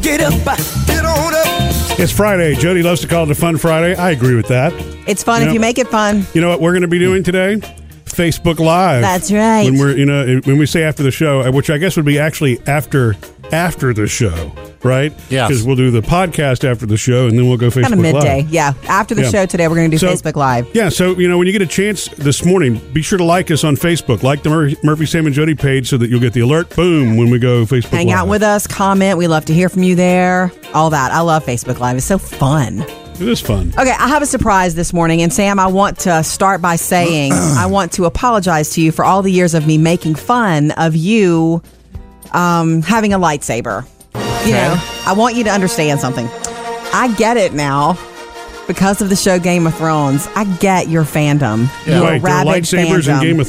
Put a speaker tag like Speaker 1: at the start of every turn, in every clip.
Speaker 1: it up. Get on up.
Speaker 2: It's Friday. Jody loves to call it a fun Friday. I agree with that.
Speaker 3: It's fun
Speaker 2: Yeah.
Speaker 3: if you make it fun.
Speaker 2: You know what we're going to be doing today? Facebook Live.
Speaker 3: That's right.
Speaker 2: When we're you know when we say after the show, uh, which I guess would be actually after after the show, right?
Speaker 4: Yes.
Speaker 2: Because we'll do the podcast after the show, and then we'll go Facebook
Speaker 3: Kind of midday.
Speaker 2: Live.
Speaker 3: Yeah. After the
Speaker 2: Yeah.
Speaker 3: show today, we're going to do Facebook Live.
Speaker 2: Yeah, so you know when you get a chance this morning, be sure to like us on Facebook, like the Mur- Murphy Sam and Jody page, so that you'll get the alert. Boom when we go Facebook.
Speaker 3: Hang out
Speaker 2: Live.
Speaker 3: with us, comment. We love to hear from you there. All that. I love Facebook Live. It's so fun.
Speaker 2: It is fun.
Speaker 3: Okay, I have a surprise this morning. And Sam, I want to start by saying I want to apologize to you for all the years of me making fun of you um, having a lightsaber. You know, I want you to understand something. I get it now because of the show Game of Thrones. I get your fandom. Your
Speaker 2: Wait, there are
Speaker 3: rabid
Speaker 2: lightsabers
Speaker 3: fandom.
Speaker 2: in Game of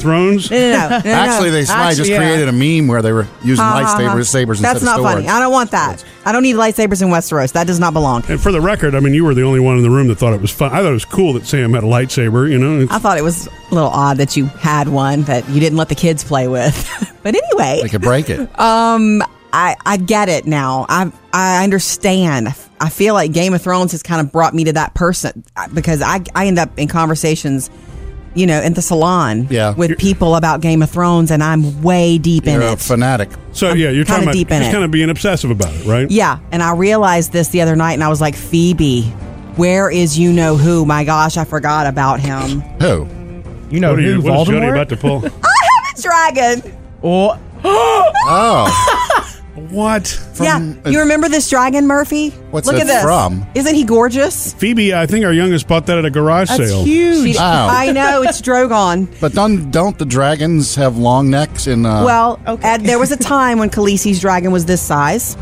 Speaker 2: Thrones.
Speaker 3: No, no, no, no, no.
Speaker 4: Actually, they I just
Speaker 3: uh, Actually, yeah.
Speaker 4: created a meme where they were using lightsabers, sabers
Speaker 3: That's
Speaker 4: instead
Speaker 3: not
Speaker 4: of swords.
Speaker 3: funny. I don't want that. I don't need lightsabers in Westeros. That does not belong.
Speaker 2: And for the record, I mean, you were the only one in the room that thought it was fun. I thought it was cool that Sam had a lightsaber. You know,
Speaker 3: I thought it was a little odd that you had one that you didn't let the kids play with. but anyway,
Speaker 4: They could break it.
Speaker 3: I, I get it now. I I understand. I feel like Game of Thrones has kind of brought me to that person uh, because I I end up in conversations, you know, in the salon
Speaker 4: Yeah.
Speaker 3: with people about Game of Thrones, and I'm way deep in
Speaker 4: You're a
Speaker 3: it.
Speaker 4: fanatic.
Speaker 2: so yeah, you're talking
Speaker 3: kinda
Speaker 2: about
Speaker 3: deep in
Speaker 2: just
Speaker 3: it.
Speaker 2: kind of being obsessive about it, right?
Speaker 3: Yeah, and I realized this the other night, and I was like, Phoebe, where is you know who? My gosh, I forgot about him.
Speaker 4: Who?
Speaker 5: You know
Speaker 2: What are
Speaker 5: who?
Speaker 2: you? What is Jody
Speaker 5: Voldemort.
Speaker 2: about to pull?
Speaker 3: Dragon.
Speaker 5: Well,
Speaker 4: Oh,
Speaker 2: what?
Speaker 3: yeah, you remember this dragon, Murphy?
Speaker 4: What's
Speaker 3: Look
Speaker 4: it
Speaker 3: at this.
Speaker 4: from?
Speaker 3: Isn't he gorgeous?
Speaker 2: Phoebe, I think our youngest bought that at a garage
Speaker 5: that's
Speaker 2: sale.
Speaker 5: huge.
Speaker 4: Wow.
Speaker 3: I know it's Drogon.
Speaker 4: but don't, don't the dragons have long necks? And uh,
Speaker 3: Well, and there was a time when Khaleesi's dragon was this size,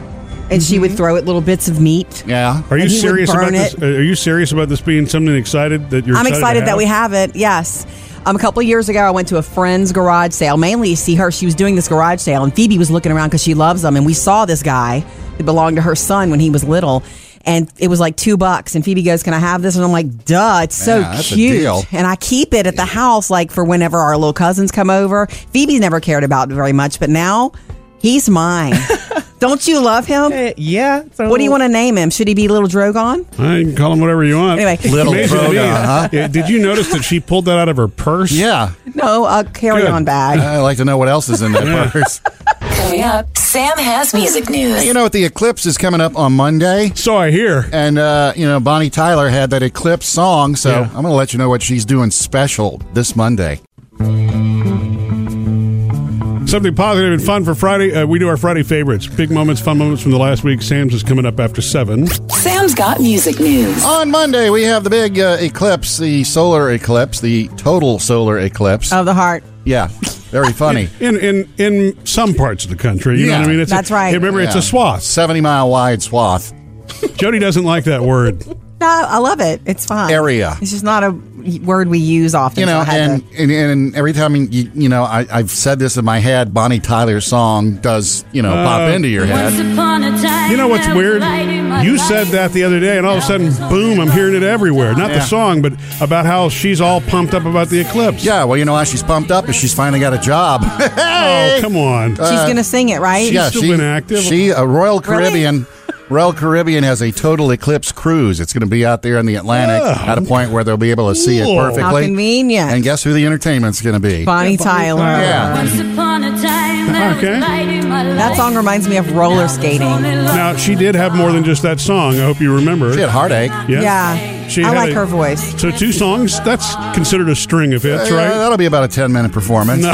Speaker 3: and she would throw it little bits of meat.
Speaker 4: Mm-hmm. yeah.
Speaker 2: Are you
Speaker 3: And he would
Speaker 2: serious about
Speaker 3: burn
Speaker 2: this? uh,
Speaker 3: it.
Speaker 2: Are you serious about this being something excited that you're?
Speaker 3: I'm excited
Speaker 2: to
Speaker 3: that we
Speaker 2: have?
Speaker 3: have it. Yes. Um, a couple of years ago, I went to a friend's garage sale, mainly to see her. She was doing this garage sale, and Phoebe was looking around because she loves them. And we saw this guy that belonged to her son when he was little, and it was like two bucks. And Phoebe goes, "Can I have this?" And I'm like, "Duh, it's so
Speaker 4: Yeah, that's a
Speaker 3: cute."
Speaker 4: deal.
Speaker 3: And I keep it at the house, like for whenever our little cousins come over. Phoebe's never cared about it very much, but now he's mine. Don't you love him?
Speaker 5: Eh, Yeah. So
Speaker 4: oh.
Speaker 3: What do you want to name him? Should he be Little Drogon?
Speaker 2: I can call him whatever you want.
Speaker 3: Anyway.
Speaker 4: Little
Speaker 2: Amazing to me.
Speaker 4: Drogon, huh?
Speaker 2: Yeah, Did you notice that she pulled that out of her purse?
Speaker 4: Yeah.
Speaker 3: No, a carry-on
Speaker 2: Good.
Speaker 3: bag.
Speaker 4: I'd like to know what else is in that purse.
Speaker 6: Coming up, Sam has music news.
Speaker 4: You know, what? the eclipse is coming up on Monday.
Speaker 2: So I hear.
Speaker 4: And, uh, you know, Bonnie Tyler had that eclipse song. So
Speaker 2: Yeah.
Speaker 4: I'm going to let you know what she's doing special this Monday.
Speaker 2: Something positive and fun for Friday. Uh, we do our Friday favorites. Big moments, fun moments from the last week. Sam's is coming up after 7.
Speaker 6: Sam's got music news.
Speaker 4: On Monday, we have the big uh, eclipse, the solar eclipse, the total solar eclipse.
Speaker 3: Of the heart.
Speaker 4: yeah, very funny.
Speaker 2: In in in some parts of the country. You know
Speaker 4: Yeah.
Speaker 2: what I mean? It's a-
Speaker 3: That's right.
Speaker 2: hey, remember, it's
Speaker 4: Yeah.
Speaker 2: a swath.
Speaker 4: 70 mile wide swath.
Speaker 2: Jody doesn't like that word.
Speaker 3: No, I love it. It's fine.
Speaker 4: Area.
Speaker 3: It's just not a word we use often.
Speaker 4: You know,
Speaker 3: so I had
Speaker 4: and,
Speaker 3: to-
Speaker 4: and, and every time, you, you know, I, I've said this in my head, Bonnie Tyler's song does, you know,
Speaker 2: Uh,
Speaker 4: pop into your head.
Speaker 2: You know what's weird? You said that the other day, and all of a sudden, boom, I'm hearing it everywhere. Not the
Speaker 4: Yeah.
Speaker 2: song, but about how she's all pumped up about the eclipse.
Speaker 4: Yeah, well, you know why she's pumped up is she's finally got a job.
Speaker 2: Oh, come on.
Speaker 3: she's gonna sing it, right?
Speaker 4: yeah,
Speaker 2: still
Speaker 4: she,
Speaker 2: been active?
Speaker 4: She, a Royal Caribbean, Royal Caribbean has a total eclipse cruise. It's going to be out there in the Atlantic
Speaker 2: Yeah.
Speaker 4: at a point where they'll be able to see
Speaker 2: Cool.
Speaker 4: it
Speaker 2: How
Speaker 4: perfectly.
Speaker 3: How convenient.
Speaker 4: And guess who the entertainment's going to be?
Speaker 3: Bonnie Tyler.
Speaker 4: Yeah.
Speaker 2: Okay.
Speaker 3: That song reminds me of roller skating.
Speaker 2: Now, she did have more than just that song. I hope you remember.
Speaker 4: She had heartache.
Speaker 2: Yeah.
Speaker 3: Yeah.
Speaker 2: She
Speaker 3: I
Speaker 2: had
Speaker 3: like
Speaker 2: a-
Speaker 3: her voice.
Speaker 2: So, two songs, that's considered a string of hits,
Speaker 4: Uh,
Speaker 2: right?
Speaker 4: that'll be about a 10 minute performance.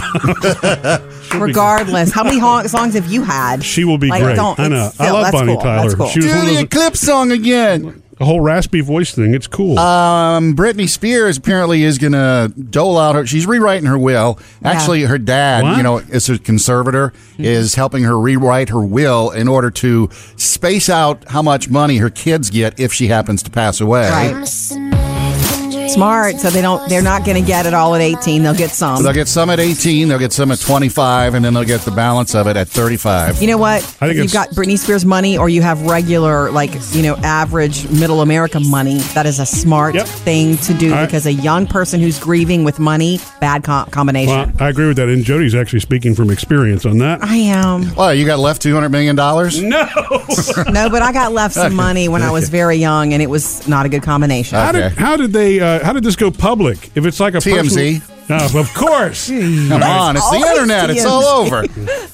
Speaker 3: Regardless, how many hon- songs have you had?
Speaker 2: She will be
Speaker 3: Like,
Speaker 2: great.
Speaker 3: Don't,
Speaker 2: I know.
Speaker 3: it's
Speaker 2: I
Speaker 3: still-
Speaker 2: love
Speaker 3: that's
Speaker 2: Bonnie
Speaker 3: cool.
Speaker 2: Tyler.
Speaker 3: That's cool.
Speaker 2: She was
Speaker 4: Do
Speaker 2: one of
Speaker 4: the
Speaker 2: those,
Speaker 4: eclipse song again.
Speaker 2: a whole raspy voice thing. It's cool.
Speaker 4: Um, Britney Spears apparently is going to dole out her. She's rewriting her will. Actually, her dad,
Speaker 2: What?
Speaker 4: you know, is a conservator, is helping her rewrite her will in order to space out how much money her kids get if she happens to pass away.
Speaker 3: Right.
Speaker 7: Missing my finger
Speaker 3: smart, so they don't. They're not going to get it all at 18. They'll get some.
Speaker 4: They'll get some at 18, they'll get some at 25, and then they'll get the balance of it at 35.
Speaker 3: You know what?
Speaker 2: I think
Speaker 3: if
Speaker 2: it's-
Speaker 3: you've got Britney Spears money or you have regular, like, you know, average middle America money, that is a smart
Speaker 2: Yep.
Speaker 3: thing to do
Speaker 2: All right.
Speaker 3: because a young person who's grieving with money, bad co- combination.
Speaker 2: Well, I agree with that. And Jody's actually speaking from experience on that.
Speaker 3: I am.
Speaker 4: Well, you got left $200 million?
Speaker 2: No.
Speaker 3: No, but I got left some money when I was very young and it was not a good combination.
Speaker 2: How did
Speaker 4: Okay.
Speaker 2: how did they uh, how did this go public? If it's like a
Speaker 4: TMZ.
Speaker 2: personal- no, of course.
Speaker 4: Come on, it's the
Speaker 3: always
Speaker 4: internet. It's all over.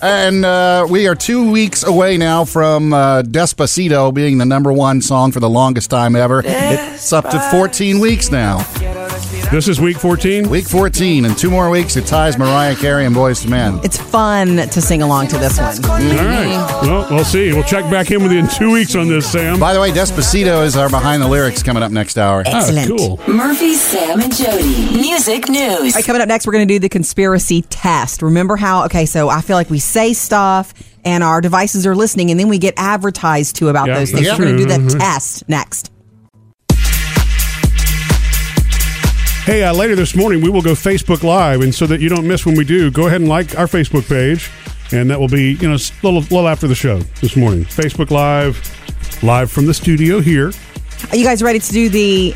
Speaker 4: and uh, we are two weeks away now from uh, Despacito being the number one song for the longest time ever. It's up to 14 weeks now.
Speaker 2: this is week fourteen.
Speaker 4: Week 14, in two more weeks, it ties Mariah Carey and Boys to Men.
Speaker 3: It's fun to sing along to this one.
Speaker 2: All right. Well, we'll see. We'll check back in with you in two weeks on this, Sam.
Speaker 4: By the way, Despacito is our behind the lyrics coming up next hour.
Speaker 2: Ah,
Speaker 3: Excellent.
Speaker 2: cool.
Speaker 6: Murphy, Sam, and Jody. Music news.
Speaker 3: All right, coming up next, we're going to do the conspiracy test. Remember how, okay, so I feel like we say stuff and our devices are listening and then we get advertised to about
Speaker 2: Yeah,
Speaker 3: those things.
Speaker 2: that's
Speaker 3: We're going to do
Speaker 2: true.
Speaker 3: the test next.
Speaker 2: Hey, uh, later this morning we will go Facebook Live, and so that you don't miss when we do, go ahead and like our Facebook page, and that will be you know s- little little after the show this morning. Facebook Live, live from the studio here.
Speaker 3: Are you guys ready to do the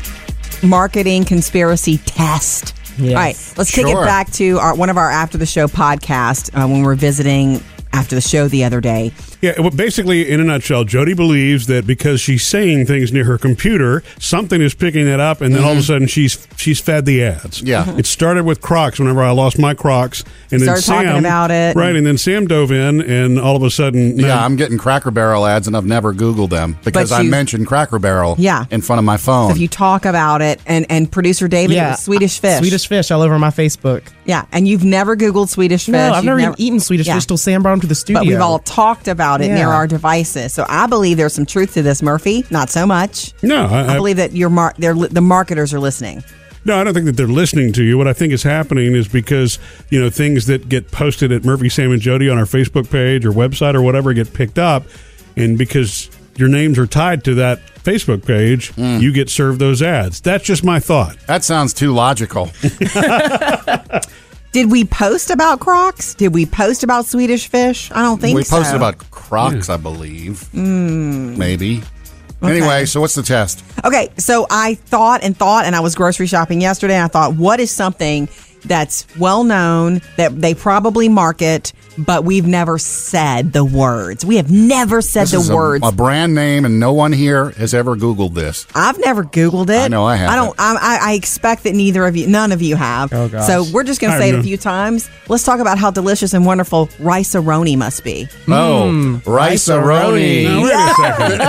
Speaker 3: marketing conspiracy test?
Speaker 5: Yes.
Speaker 3: All right, let's take
Speaker 4: Sure.
Speaker 3: it back to our, one of our after the show podcast uh, when we were visiting after the show the other day.
Speaker 2: Yeah, well, basically, in a nutshell, Jody believes that because she's saying things near her computer, something is picking it up, and then all of a sudden she's she's fed the ads.
Speaker 4: Mm-hmm. Yeah. Mhm.
Speaker 2: it started with Crocs. Whenever I lost my Crocs, and then
Speaker 3: Uh-huh. Started talking
Speaker 2: Sam
Speaker 3: about it.
Speaker 2: right, and then Sam dove in, and all of a sudden,
Speaker 4: Yeah, I'm getting Cracker Barrel ads, and I've never Googled them because
Speaker 3: But
Speaker 4: I
Speaker 3: you-
Speaker 4: mentioned Cracker Barrel
Speaker 3: Yeah.
Speaker 4: in front of my phone.
Speaker 3: So if you talk about it, and, and producer David, it was Swedish fish.
Speaker 5: Uh, Swedish fish all over my Facebook.
Speaker 3: Yeah, and you've never Googled Swedish fish.
Speaker 5: No, I've
Speaker 3: you've
Speaker 5: never, even eaten Swedish
Speaker 3: Yeah.
Speaker 5: fish till Sam brought them to the studio.
Speaker 3: But we've all talked about it near
Speaker 5: Yeah.
Speaker 3: our devices. So I believe there's some truth to this, Murphy. Not so much.
Speaker 2: no, I,
Speaker 3: I believe that your mar- they're li- the marketers are listening.
Speaker 2: No, I don't think that they're listening to you. What I think is happening is because, you know, things that get posted at Murphy, Sam, and Jody on our Facebook page or website or whatever get picked up. And because your names are tied to that Facebook page,
Speaker 4: Hmm.
Speaker 2: you get served those ads. That's just my thought.
Speaker 4: that sounds too logical.
Speaker 3: Did we post about Crocs? Did we post about Swedish fish? I don't think
Speaker 4: we
Speaker 3: so. Hmm.
Speaker 4: posted about Crocs, I believe. Maybe. Anyway, so what's the test?
Speaker 3: Okay, so I thought and thought, and I was grocery shopping yesterday, and I thought, what is something that's well known that they probably market, but we've never said the words. We have never said
Speaker 4: This
Speaker 3: the
Speaker 4: is a,
Speaker 3: words.
Speaker 4: a brand name, and no one here has ever Googled this.
Speaker 3: I've never Googled it.
Speaker 4: I know I haven't.
Speaker 3: I don't. I, I- I expect that neither of you, none of you have.
Speaker 5: Oh, gosh.
Speaker 3: So we're just going
Speaker 2: I
Speaker 3: to say it
Speaker 2: know.
Speaker 3: a few times. Let's talk about how delicious and wonderful rice roni must be.
Speaker 4: Oh, rice
Speaker 2: Now, wait a second.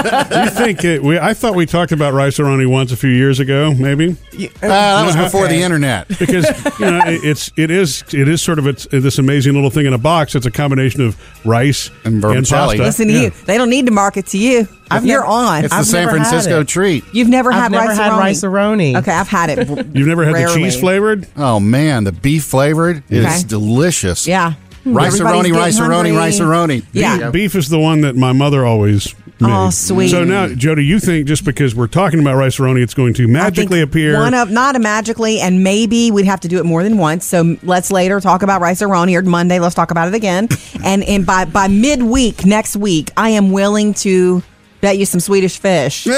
Speaker 2: you think it, we, I thought we talked about rice aroni once a few years ago, maybe?
Speaker 4: Ah, that was before the internet.
Speaker 2: because you know it, it's it is it is sort of it's this amazing little thing in a box. It's a combination of rice
Speaker 4: And vermicelli.
Speaker 2: pasta.
Speaker 3: Listen to
Speaker 2: Yeah.
Speaker 3: you. They don't need to market to you.
Speaker 5: I've
Speaker 3: You're
Speaker 5: never-
Speaker 3: on.
Speaker 4: It's the
Speaker 5: I've
Speaker 4: San
Speaker 5: never had
Speaker 4: Francisco
Speaker 5: it.
Speaker 4: treat.
Speaker 3: You've never
Speaker 5: I've
Speaker 3: had
Speaker 5: never
Speaker 3: rice
Speaker 5: had rice-a-roni.
Speaker 3: Okay, I've had it.
Speaker 2: You've never had
Speaker 3: Rarely.
Speaker 2: the cheese flavored?
Speaker 4: Oh man, the beef flavored is
Speaker 3: Okay.
Speaker 4: delicious.
Speaker 3: Yeah. Hmm.
Speaker 4: rice
Speaker 3: Everybody's
Speaker 4: aroni,
Speaker 3: getting
Speaker 4: rice
Speaker 3: hungry.
Speaker 4: aroni, rice aroni.
Speaker 3: Yeah.
Speaker 4: There you go.
Speaker 2: Beef is the one that my mother always made.
Speaker 3: Oh, sweet.
Speaker 2: So now, Jody, you think just because we're talking about rice roni, it's going to
Speaker 3: I think
Speaker 2: magically appear?
Speaker 3: One of not a magically, and maybe we'd have to do it more than once. So let's later talk about rice roni or Monday. Let's talk about it again. and and by by midweek next week, I am willing to bet you some Swedish fish.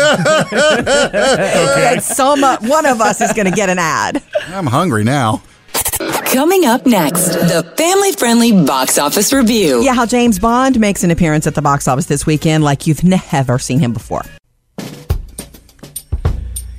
Speaker 3: That some uh, one of us is going to get an ad.
Speaker 4: I'm hungry now.
Speaker 6: Coming up next, the family friendly box office review.
Speaker 3: Yeah, how James Bond makes an appearance at the box office this weekend, like you've never seen him before.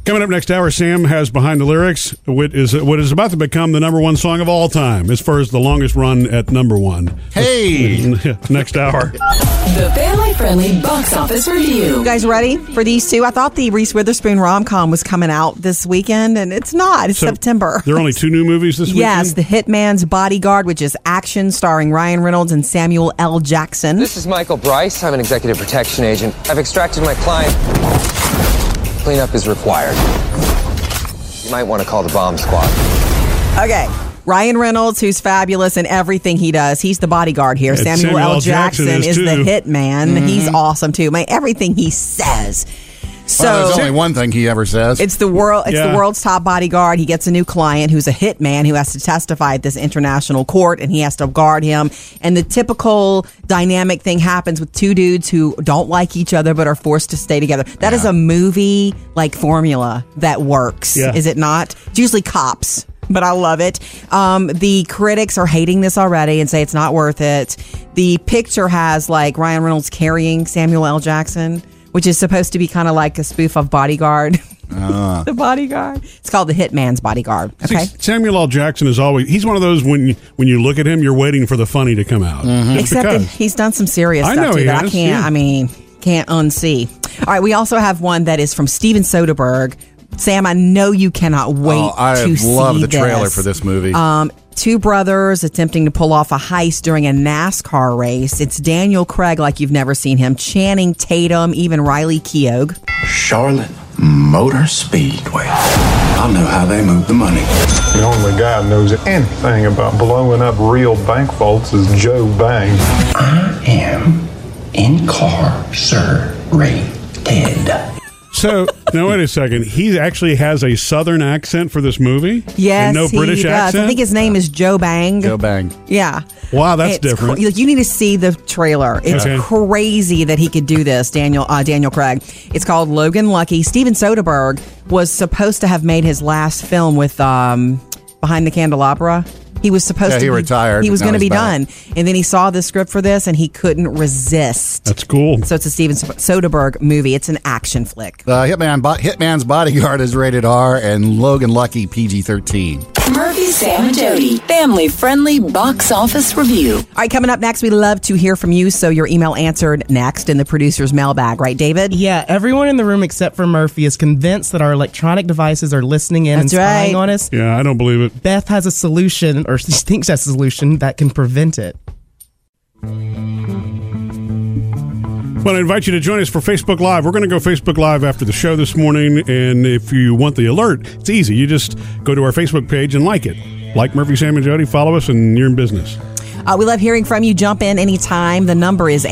Speaker 2: Coming up next hour, Sam has behind the lyrics what is what is about to become the number one song of all time, as far as the longest run at number one.
Speaker 4: Hey,
Speaker 2: next hour.
Speaker 6: The family friendly box office review.
Speaker 3: You guys ready for these two? I thought the Reese Witherspoon rom com was coming out this weekend, and it's not. It's
Speaker 2: So,
Speaker 3: September.
Speaker 2: There are only two new movies this weekend.
Speaker 3: Yes, The Hitman's Bodyguard, which is action starring Ryan Reynolds and Samuel L. Jackson.
Speaker 7: This is Michael Bryce. I'm an executive protection agent. I've extracted my client. Cleanup is required. You might want to call the bomb squad.
Speaker 3: Okay. Ryan Reynolds, who's fabulous in everything he does, he's the bodyguard here.
Speaker 2: And
Speaker 3: Samuel,
Speaker 2: Samuel
Speaker 3: L.
Speaker 2: Jackson
Speaker 3: Jackson,
Speaker 2: is Mm-hmm.
Speaker 3: is, the
Speaker 2: too.
Speaker 3: hitman. He's awesome too. Man, everything he says. So
Speaker 4: Well, there's only one thing he ever says.
Speaker 3: It's the world. It's
Speaker 2: Yeah.
Speaker 3: the world's top bodyguard. He gets a new client who's a hitman who has to testify at this international court, and he has to guard him. And the typical dynamic thing happens with two dudes who don't like each other but are forced to stay together. That is a movie like formula that works.
Speaker 2: Yeah.
Speaker 3: Is it not? It's usually cops. But I love it. Um, the critics are hating this already and say it's not worth it. The picture has like Ryan Reynolds carrying Samuel L. Jackson, which is supposed to be kind of like a spoof of Bodyguard. the bodyguard. It's called the Hitman's Bodyguard.
Speaker 2: See,
Speaker 3: Okay.
Speaker 2: Samuel L. Jackson is always he's one of those when you, when you look at him, you're waiting for the funny to come out. Just
Speaker 3: Except that
Speaker 2: because.
Speaker 3: he's done some serious
Speaker 2: I
Speaker 3: stuff
Speaker 2: know
Speaker 3: too
Speaker 2: he
Speaker 3: that I
Speaker 2: has,
Speaker 3: can't.
Speaker 2: yeah.
Speaker 3: I mean, can't unsee. All right. We also have one that is from Steven Soderbergh. Sam, I know you cannot wait
Speaker 4: oh, I
Speaker 3: to see
Speaker 4: love the trailer
Speaker 3: this.
Speaker 4: for this movie.
Speaker 3: Um, two brothers attempting to pull off a heist during a NASCAR race. It's Daniel Craig, like you've never seen him. Channing Tatum, even Riley Keogh.
Speaker 8: Charlotte Motor Speedway. I know how they move the money.
Speaker 9: The only guy who knows anything about blowing up real bank vaults is Joe Bang.
Speaker 8: I am incarcerated.
Speaker 2: So now wait a second. He actually has a southern accent for this movie.
Speaker 3: Yes,
Speaker 2: and no
Speaker 3: he
Speaker 2: British
Speaker 3: does.
Speaker 2: accent.
Speaker 3: I think his name is Joe Bang.
Speaker 4: Go bang.
Speaker 3: Yeah.
Speaker 2: Wow, that's different.
Speaker 3: cra- like, you need to see the trailer. It's
Speaker 2: Okay.
Speaker 3: crazy that he could do this, Daniel uh, Daniel Craig. It's called Logan Lucky. Steven Soderbergh was supposed to have made his last film with um, Behind the Candelabra. He was supposed
Speaker 4: Yeah,
Speaker 3: to
Speaker 4: he
Speaker 3: be,
Speaker 4: retired,
Speaker 3: He
Speaker 4: but
Speaker 3: was
Speaker 4: now
Speaker 3: going to
Speaker 4: he's
Speaker 3: be done,
Speaker 4: back.
Speaker 3: and then he saw the script for this, and he couldn't resist.
Speaker 2: That's cool.
Speaker 3: so it's a Steven Soderbergh movie. It's an action flick.
Speaker 4: The Hitman Bo- Hitman's Bodyguard is rated R, and Logan Lucky PG thirteen.
Speaker 6: Murphy, Sam, and Jody. Family friendly box office review.
Speaker 3: All right, coming up next, we love to hear from you. So your email answered next in the producer's mailbag, right, David?
Speaker 5: Yeah, everyone in the room except for Murphy is convinced that our electronic devices are listening in
Speaker 3: That's
Speaker 5: and spying
Speaker 3: right.
Speaker 5: on us.
Speaker 2: Yeah, I don't believe it.
Speaker 5: Beth has a solution, or she thinks that's a solution that can prevent it.
Speaker 2: Well, I invite you to join us for Facebook Live. We're going to go Facebook Live after the show this morning. And if you want the alert, it's easy. You just go to our Facebook page and like it. Like Murphy, Sam, and Jody, follow us, and you're in business.
Speaker 3: Uh, we love hearing from you. Jump in anytime. The number is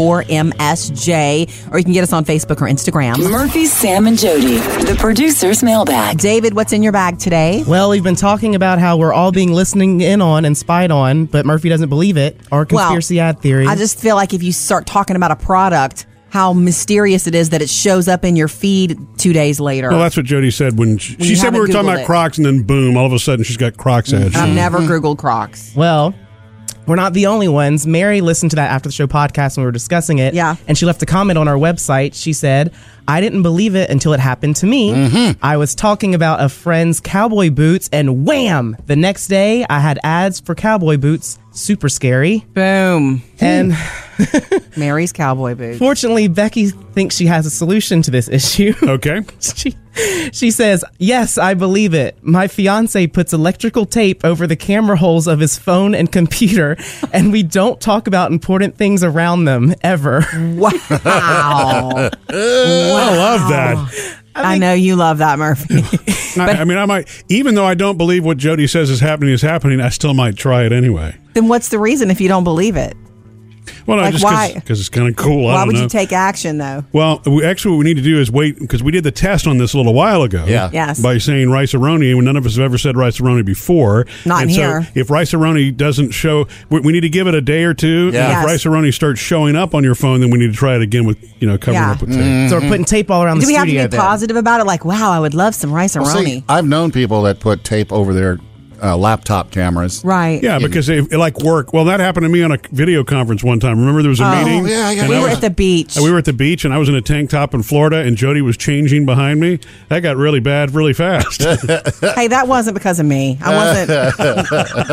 Speaker 3: 877-310-4MSJ, or you can get us on Facebook or Instagram.
Speaker 6: Murphy, Sam, and Jody. The producer's mailbag.
Speaker 3: David, what's in your bag today?
Speaker 5: Well, we've been talking about how we're all being listening in on and spied on, but Murphy doesn't believe it. Our conspiracy ad theory.
Speaker 3: I just feel like if you start talking about a product, how mysterious it is that it shows up in your feed two days later.
Speaker 2: Well, that's what Jody said when she,
Speaker 3: We
Speaker 2: she said we
Speaker 3: haven't
Speaker 2: were talking
Speaker 3: Googled
Speaker 2: about
Speaker 3: it.
Speaker 2: Crocs, and then boom, all of a sudden she's got Crocs ads.
Speaker 3: I've never Googled Crocs.
Speaker 5: Well, we're not the only ones. Mary listened to that after the show podcast when we were discussing it.
Speaker 3: Yeah.
Speaker 5: And she left a comment on our website. She said, I didn't believe it until it happened to me. I was talking about a friend's cowboy boots, and wham! The next day, I had ads for cowboy boots. Super scary.
Speaker 3: Boom.
Speaker 5: And
Speaker 3: Hmm. Mary's cowboy boots.
Speaker 5: fortunately, Becky thinks she has a solution to this issue.
Speaker 2: Okay.
Speaker 5: she she says, "Yes, I believe it. My fiance puts electrical tape over the camera holes of his phone and computer, and we don't talk about important things around them ever."
Speaker 3: Wow.
Speaker 2: I love that.
Speaker 3: I know you love that, Murphy.
Speaker 2: I, I mean, I might, even though I don't believe what Jody says is happening is happening, I still might try it anyway.
Speaker 3: then what's the reason if you don't believe it?
Speaker 2: Well, no,
Speaker 3: Like,
Speaker 2: just
Speaker 3: why?
Speaker 2: because it's kind of cool. I
Speaker 3: Why
Speaker 2: don't
Speaker 3: would
Speaker 2: know.
Speaker 3: you take action though?
Speaker 2: Well, we, actually, what we need to do is wait because we did the test on this a little while ago.
Speaker 4: Yeah.
Speaker 3: Yes.
Speaker 2: By saying rice aroni, when none of us have ever said rice aroni before.
Speaker 3: Not
Speaker 2: and
Speaker 3: in
Speaker 2: so
Speaker 3: here.
Speaker 2: If rice aroni doesn't show, we, we need to give it a day or two.
Speaker 4: Yeah.
Speaker 2: And if
Speaker 3: Yes.
Speaker 2: rice aroni starts showing up on your phone, then we need to try it again with you know covering
Speaker 3: Yeah.
Speaker 2: up with tape.
Speaker 4: Mm-hmm.
Speaker 5: so we're putting tape all around
Speaker 3: Mm-hmm. Do
Speaker 5: the
Speaker 3: we have to
Speaker 5: studio.
Speaker 3: be
Speaker 5: then.
Speaker 3: positive about it? Like, wow, I would love some rice and
Speaker 4: Well,
Speaker 3: roni.
Speaker 4: see, I've known people that put tape over their uh, laptop cameras.
Speaker 3: Right.
Speaker 2: Yeah, because they like work. Well, that happened to me on a video conference one time. Remember, there was a
Speaker 3: Oh.
Speaker 2: meeting.
Speaker 4: Oh, yeah, yeah,
Speaker 2: and
Speaker 3: We
Speaker 2: I
Speaker 3: were
Speaker 2: was-
Speaker 3: at the beach.
Speaker 2: and we were at the beach, and I was in a tank top in Florida, and Jody was changing behind me. That got really bad, really fast.
Speaker 3: hey, that wasn't because of me. I wasn't.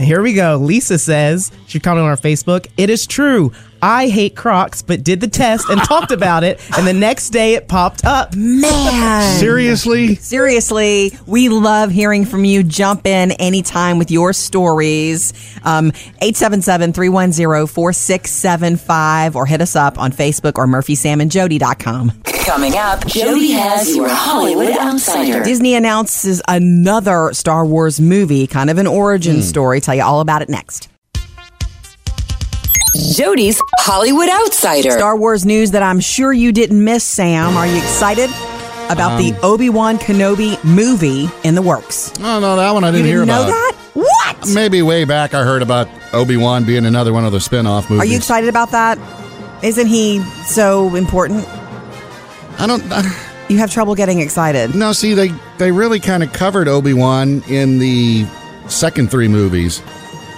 Speaker 5: Here we go. Lisa says she commented on our Facebook. It is true. I hate Crocs, but did the test and talked about it, and the next day it popped up.
Speaker 3: Man.
Speaker 2: Seriously,
Speaker 3: Seriously, we love hearing from you. Jump in anytime with your stories. Um, 877-310-4675 or hit us up on Facebook or murphysamandjody.com.
Speaker 6: Coming up, Jody has your Hollywood Outsider.
Speaker 3: Disney announces another Star Wars movie, kind of an origin story. Tell you all about it next.
Speaker 6: Jody's Hollywood Outsider.
Speaker 4: Er-
Speaker 3: Star Wars news that I'm sure you didn't miss, Sam. Are you excited about
Speaker 4: Um,
Speaker 3: the Obi Wan Kenobi movie in the works?
Speaker 4: Oh no, that one I didn't,
Speaker 3: You
Speaker 4: hear
Speaker 3: didn't know
Speaker 4: about.
Speaker 3: that? What?
Speaker 4: Maybe way back I heard about Obi Wan being another one of the spin off movies.
Speaker 3: Are you excited about that? Isn't he so important?
Speaker 4: I don't. I,
Speaker 3: You have trouble getting excited.
Speaker 4: no, see, they they really kind of covered Obi Wan in the second three movies.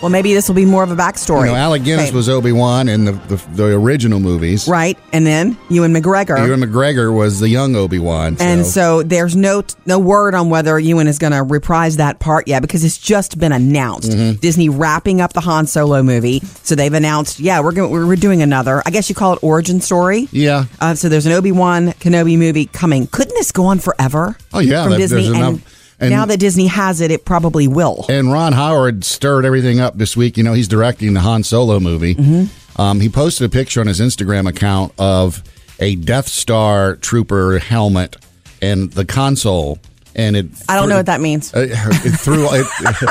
Speaker 3: Well, maybe this will be more of a backstory.
Speaker 4: You know, Alec Guinness
Speaker 3: Okay.
Speaker 4: was Obi Wan in the, the the original movies.
Speaker 3: right, and then Ewan McGregor,
Speaker 4: Ewan McGregor was the young Obi Wan.
Speaker 3: and so there's no no word on whether Ewan is going to reprise that part yet because it's just been announced.
Speaker 4: Mm-hmm.
Speaker 3: Disney wrapping up the Han Solo movie, so they've announced, yeah, we're going we're doing another. I guess you call it origin story.
Speaker 4: yeah.
Speaker 3: Uh, so there's an Obi Wan Kenobi movie coming. Couldn't this go on forever?
Speaker 4: Oh, yeah,
Speaker 3: from
Speaker 4: there-
Speaker 3: Disney.
Speaker 4: there's
Speaker 3: And,
Speaker 4: enough- and-
Speaker 3: now that Disney has it, it probably will.
Speaker 4: And Ron Howard stirred everything up this week. You know, he's directing the Han Solo movie.
Speaker 3: Mm-hmm.
Speaker 4: Um, he posted a picture on his Instagram account of a Death Star trooper helmet and the console, and it.
Speaker 3: I don't know what that means.
Speaker 4: Uh, it threw it,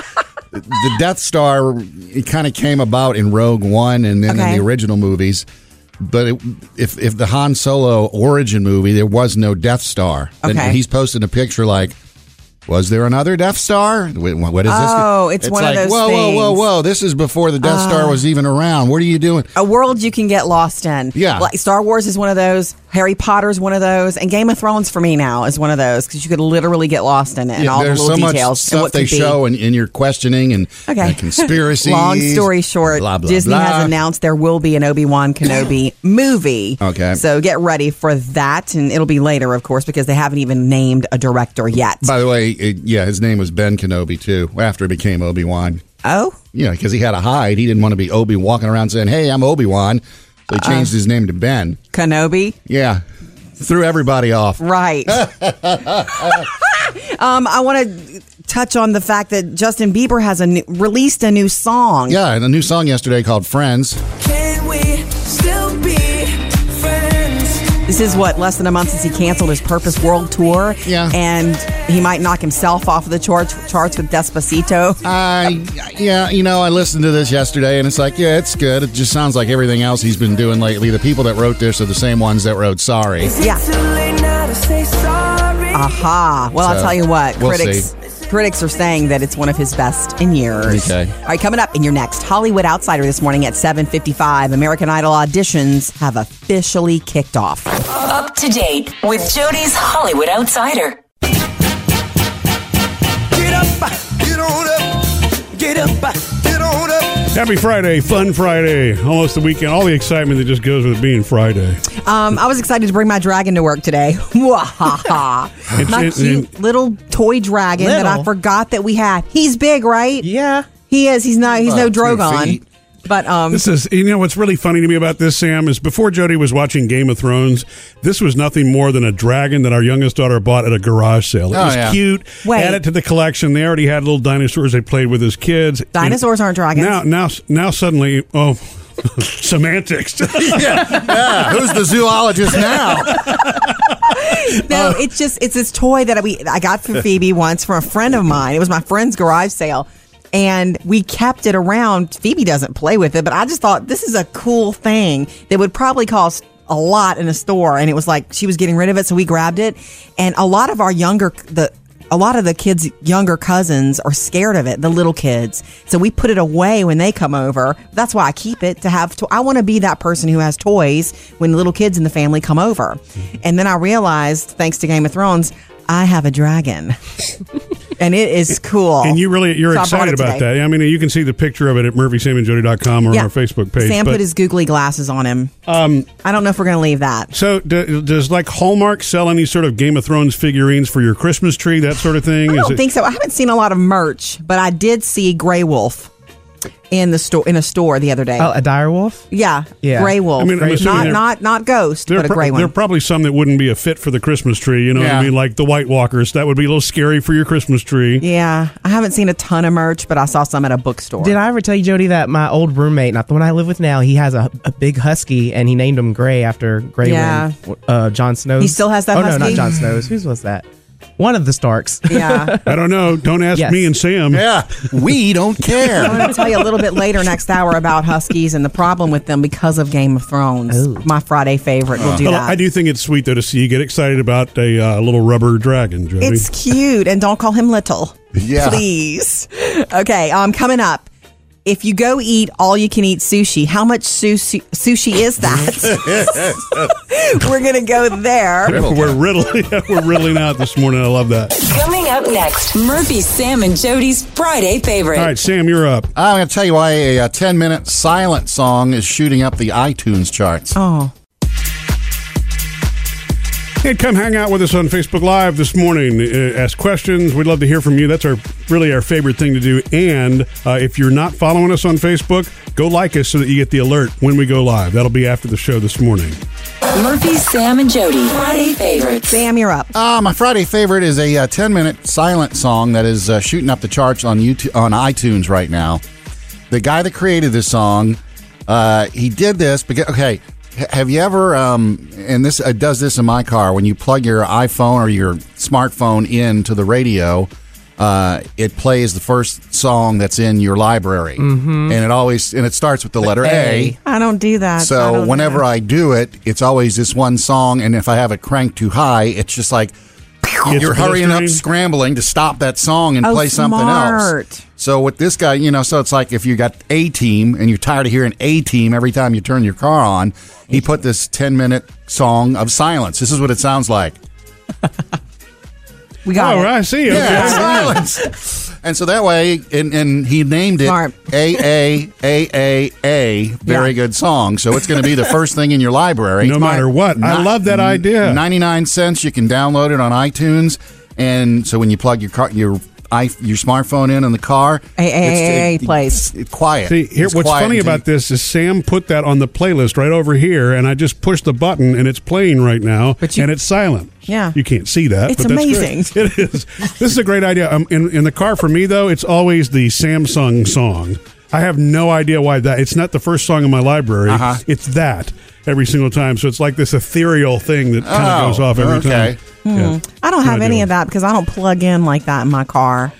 Speaker 4: the Death Star. It kind of came about in Rogue One, and then
Speaker 3: Okay.
Speaker 4: in the original movies. But it, if if the Han Solo origin movie, there was no Death Star. Then
Speaker 3: Okay.
Speaker 4: he's posting a picture like, "Was there another Death Star? Wait, wha- What is this?"
Speaker 3: Oh, it's one of
Speaker 4: like,
Speaker 3: those
Speaker 4: Whoa, whoa, whoa,
Speaker 3: things. Ah.
Speaker 4: whoa! This is before the Death Star was even around. What are you doing?
Speaker 3: a world you can get lost in.
Speaker 4: Yeah.
Speaker 3: Like Star Wars is one of those, Harry Potter's one of those, and Game of Thrones for me now is one of those because you could literally get lost in it and
Speaker 4: Yeah,
Speaker 3: all the
Speaker 4: there's
Speaker 3: little
Speaker 4: so much
Speaker 3: details
Speaker 4: stuff
Speaker 3: and what
Speaker 4: they
Speaker 3: could be.
Speaker 4: show, and, and you're questioning and,
Speaker 3: Okay.
Speaker 4: and conspiracies.
Speaker 3: Long story short,
Speaker 4: blah, blah,
Speaker 3: Disney
Speaker 4: blah.
Speaker 3: has announced there will be an Obi Wan Kenobi movie.
Speaker 4: Okay.
Speaker 3: So get ready for that. And it'll be later, of course, because they haven't even named a director yet.
Speaker 4: By the way, it, yeah, his name was Ben Kenobi too. After he became Obi Wan,
Speaker 3: oh,
Speaker 4: yeah, because he had a hide. He didn't want to be Obi walking around saying, "Hey, I'm Obi Wan," so he changed his name to Ben.
Speaker 3: Kenobi?
Speaker 4: Yeah, threw everybody off.
Speaker 3: Right. um, I want to touch on the fact that Justin Bieber has a new, released a new song.
Speaker 4: Yeah, and a new song yesterday called "Friends."
Speaker 1: Can we still be friends?
Speaker 3: This is what less than a month since he canceled his Purpose World Tour.
Speaker 4: Yeah.
Speaker 3: and he might knock himself off of the charts charts with Despacito.
Speaker 4: Uh, I yeah, you know, I listened to this yesterday, and it's like, yeah, it's good. It just sounds like everything else he's been doing lately. The people that wrote this are the same ones that wrote "Sorry."
Speaker 3: Yeah.
Speaker 1: Too late now to say sorry.
Speaker 3: Aha! Well, I'll
Speaker 4: So,
Speaker 3: tell you what,
Speaker 4: we'll
Speaker 3: critics critics are saying that it's one of his best in years.
Speaker 4: Okay.
Speaker 3: All right, coming up in your next Hollywood Outsider this morning at seven fifty five, American Idol auditions have officially kicked off.
Speaker 6: Up to date with Jody's Hollywood Outsider.
Speaker 1: Get up, get on up, get up, get on up.
Speaker 2: Happy Friday, fun Friday, almost the weekend, all the excitement that just goes with it being Friday.
Speaker 3: Um, I was excited to bring my dragon to work today. Mwahaha. my
Speaker 2: it-
Speaker 3: cute little toy dragon that I
Speaker 5: Little?
Speaker 3: forgot that we had. He's big, right?
Speaker 5: Yeah.
Speaker 3: He is. He's not. He's no
Speaker 4: About two
Speaker 3: Drogon.
Speaker 4: feet.
Speaker 3: But um,
Speaker 2: This is, you know, what's really funny to me about this, Sam, is before Jody was watching Game of Thrones, this was nothing more than a dragon that our youngest daughter bought at a garage sale. It
Speaker 4: Oh,
Speaker 2: was
Speaker 4: yeah.
Speaker 2: cute.
Speaker 3: Wait.
Speaker 2: Add it to the collection. They already had little dinosaurs they played with as kids.
Speaker 3: Dinosaurs aren't dragons.
Speaker 2: Now, now, now, suddenly, oh, semantics.
Speaker 3: Oh.
Speaker 4: yeah, yeah. Who's the zoologist now?
Speaker 3: no, it's just it's this toy that we I got for Phoebe once from a friend of mine. It was my friend's garage sale, and we kept it around. Phoebe doesn't play with it, but I just thought this is a cool thing that would probably cost a lot in a store. And it was like she was getting rid of it, so we grabbed it. And a lot of our younger the. A lot of the kids' younger cousins are scared of it, the little kids. So we put it away when they come over. That's why I keep it to have. To- I want to be that person who has toys when little kids in the family come over. And then I realized, thanks to Game of Thrones, I have a dragon, and it is cool.
Speaker 2: And you really you're
Speaker 3: So I bought
Speaker 2: excited
Speaker 3: it
Speaker 2: about
Speaker 3: today.
Speaker 2: that. I mean, you can see the picture of it at murphysamandjody.com or on our Facebook page.
Speaker 3: Sam
Speaker 2: but-
Speaker 3: put his googly glasses on him. Um, I don't know if we're going to leave that.
Speaker 2: so d- does like Hallmark sell any sort of Game of Thrones figurines for your Christmas tree, that sort of thing?
Speaker 3: I
Speaker 2: Is
Speaker 3: don't
Speaker 2: it-
Speaker 3: think so. I haven't seen a lot of merch, but I did see Grey Wolf in the store in a store the other day.
Speaker 5: Oh, a dire wolf?
Speaker 3: Yeah,
Speaker 5: Yeah.
Speaker 3: Grey Wolf.
Speaker 2: I mean, I'm assuming
Speaker 3: not
Speaker 2: they're-
Speaker 3: not not ghost,
Speaker 2: There,
Speaker 3: but a
Speaker 2: pro-
Speaker 3: grey
Speaker 2: there are
Speaker 3: one.
Speaker 2: probably some that wouldn't be a fit for the Christmas tree. You know what
Speaker 4: Yeah.
Speaker 2: I mean? Like the White Walkers. That would be a little scary for your Christmas tree.
Speaker 3: yeah, I haven't seen a ton of merch, but I saw some at a bookstore.
Speaker 5: Did I ever tell you, Jody, that my old roommate, not the one I live with now, he has a, a big husky and he named him Gray after Gray
Speaker 3: Yeah.
Speaker 5: yeah. uh, John Snow's.
Speaker 3: He still has that
Speaker 5: Oh,
Speaker 3: husky?
Speaker 5: no, not John Snow's. Whose was that? One of the Starks.
Speaker 3: Yeah.
Speaker 2: I don't know. Don't ask
Speaker 5: Yes.
Speaker 2: me and Sam.
Speaker 4: Yeah, we don't
Speaker 3: I'm
Speaker 4: care.
Speaker 3: going to tell you a little bit later next hour about Huskies and the problem with them because of Game of Thrones.
Speaker 5: Oh.
Speaker 3: My Friday favorite. We'll do
Speaker 2: Well,
Speaker 3: that.
Speaker 2: I do think it's sweet though to see you get excited about a uh, little rubber dragon, Jody.
Speaker 3: It's cute, and don't call him little.
Speaker 4: Yeah.
Speaker 3: Please. Okay, um, coming up. If you go eat all you can eat sushi, how much sushi, sushi is that? We're going to go there.
Speaker 2: we're riddling. we're riddling out this morning. I love that.
Speaker 6: Coming up next, Murphy, Sam, and Jody's Friday favorite.
Speaker 2: All right, Sam, you're up.
Speaker 4: I'm going to tell you why a, uh 10 minute silent song is shooting up the iTunes charts.
Speaker 3: Oh,
Speaker 2: Hey, come hang out with us on Facebook Live this morning. Uh, ask questions. We'd love to hear from you. That's our really our favorite thing to do. And uh, if you're not following us on Facebook, go like us so that you get the alert when we go live. That'll be after the show this morning.
Speaker 6: Murphy, Sam, and Jody. Friday favorites.
Speaker 3: Sam, you're up.
Speaker 4: Uh, my Friday favorite is a uh, 10 minute silent song that is uh, shooting up the charts on YouTube, on iTunes right now. The guy that created this song, uh, he did this because, okay, h- have you ever, um, and this uh, does this in my car, when you plug your iPhone or your smartphone in to the radio, uh, it plays the first song that's in your library. Mm-hmm. And it always, and it starts with the letter A.
Speaker 3: I don't do that. I
Speaker 4: So
Speaker 3: don't
Speaker 4: whenever
Speaker 3: know.
Speaker 4: I do it, it's always this one song, and if I have it cranked too high, it's just like you're hurrying up,
Speaker 2: blistering.
Speaker 4: scrambling to stop that song and
Speaker 3: Oh,
Speaker 4: play something
Speaker 3: smart.
Speaker 4: else. So with this guy, you know, so it's like if you got A Team and you're tired of hearing A Team every time you turn your car on, he put this 10 minute song of silence. This is what it sounds like.
Speaker 3: we got
Speaker 2: oh,
Speaker 3: it.
Speaker 2: I see. Okay.
Speaker 4: Yeah, silence. And so that way, and, and he named it
Speaker 3: Smart.
Speaker 4: AAAAA. Very
Speaker 3: Yeah.
Speaker 4: good song. So it's going to be the first thing in your library.
Speaker 2: No
Speaker 4: It's my-
Speaker 2: matter what. I
Speaker 4: ni-
Speaker 2: love that idea.
Speaker 4: 99 cents. You can download it on iTunes. And so when you plug your car, your i your smartphone in in the car,
Speaker 3: AAAA plays.
Speaker 4: it's quiet.
Speaker 2: See, here,
Speaker 4: It's
Speaker 2: what's
Speaker 4: quiet
Speaker 2: funny
Speaker 4: until
Speaker 2: about
Speaker 4: you-
Speaker 2: this is Sam put that on the playlist right over here, and I just pushed the button, and it's playing right now,
Speaker 3: But you-
Speaker 2: and it's silent.
Speaker 3: Yeah.
Speaker 2: you can't see that.
Speaker 3: It's
Speaker 2: but that's great.
Speaker 3: amazing.
Speaker 2: It is. This is a great idea. Um, in in the car for me though, it's always the Samsung song. I have no idea why that. It's not the first song in my library.
Speaker 4: Uh-huh.
Speaker 2: It's that every single time. So it's like this ethereal thing that kind of
Speaker 4: Oh,
Speaker 2: goes off every
Speaker 4: okay.
Speaker 2: time. Yeah.
Speaker 3: I don't have
Speaker 2: No
Speaker 3: any
Speaker 2: deal.
Speaker 3: of that because I don't plug in like that in my car.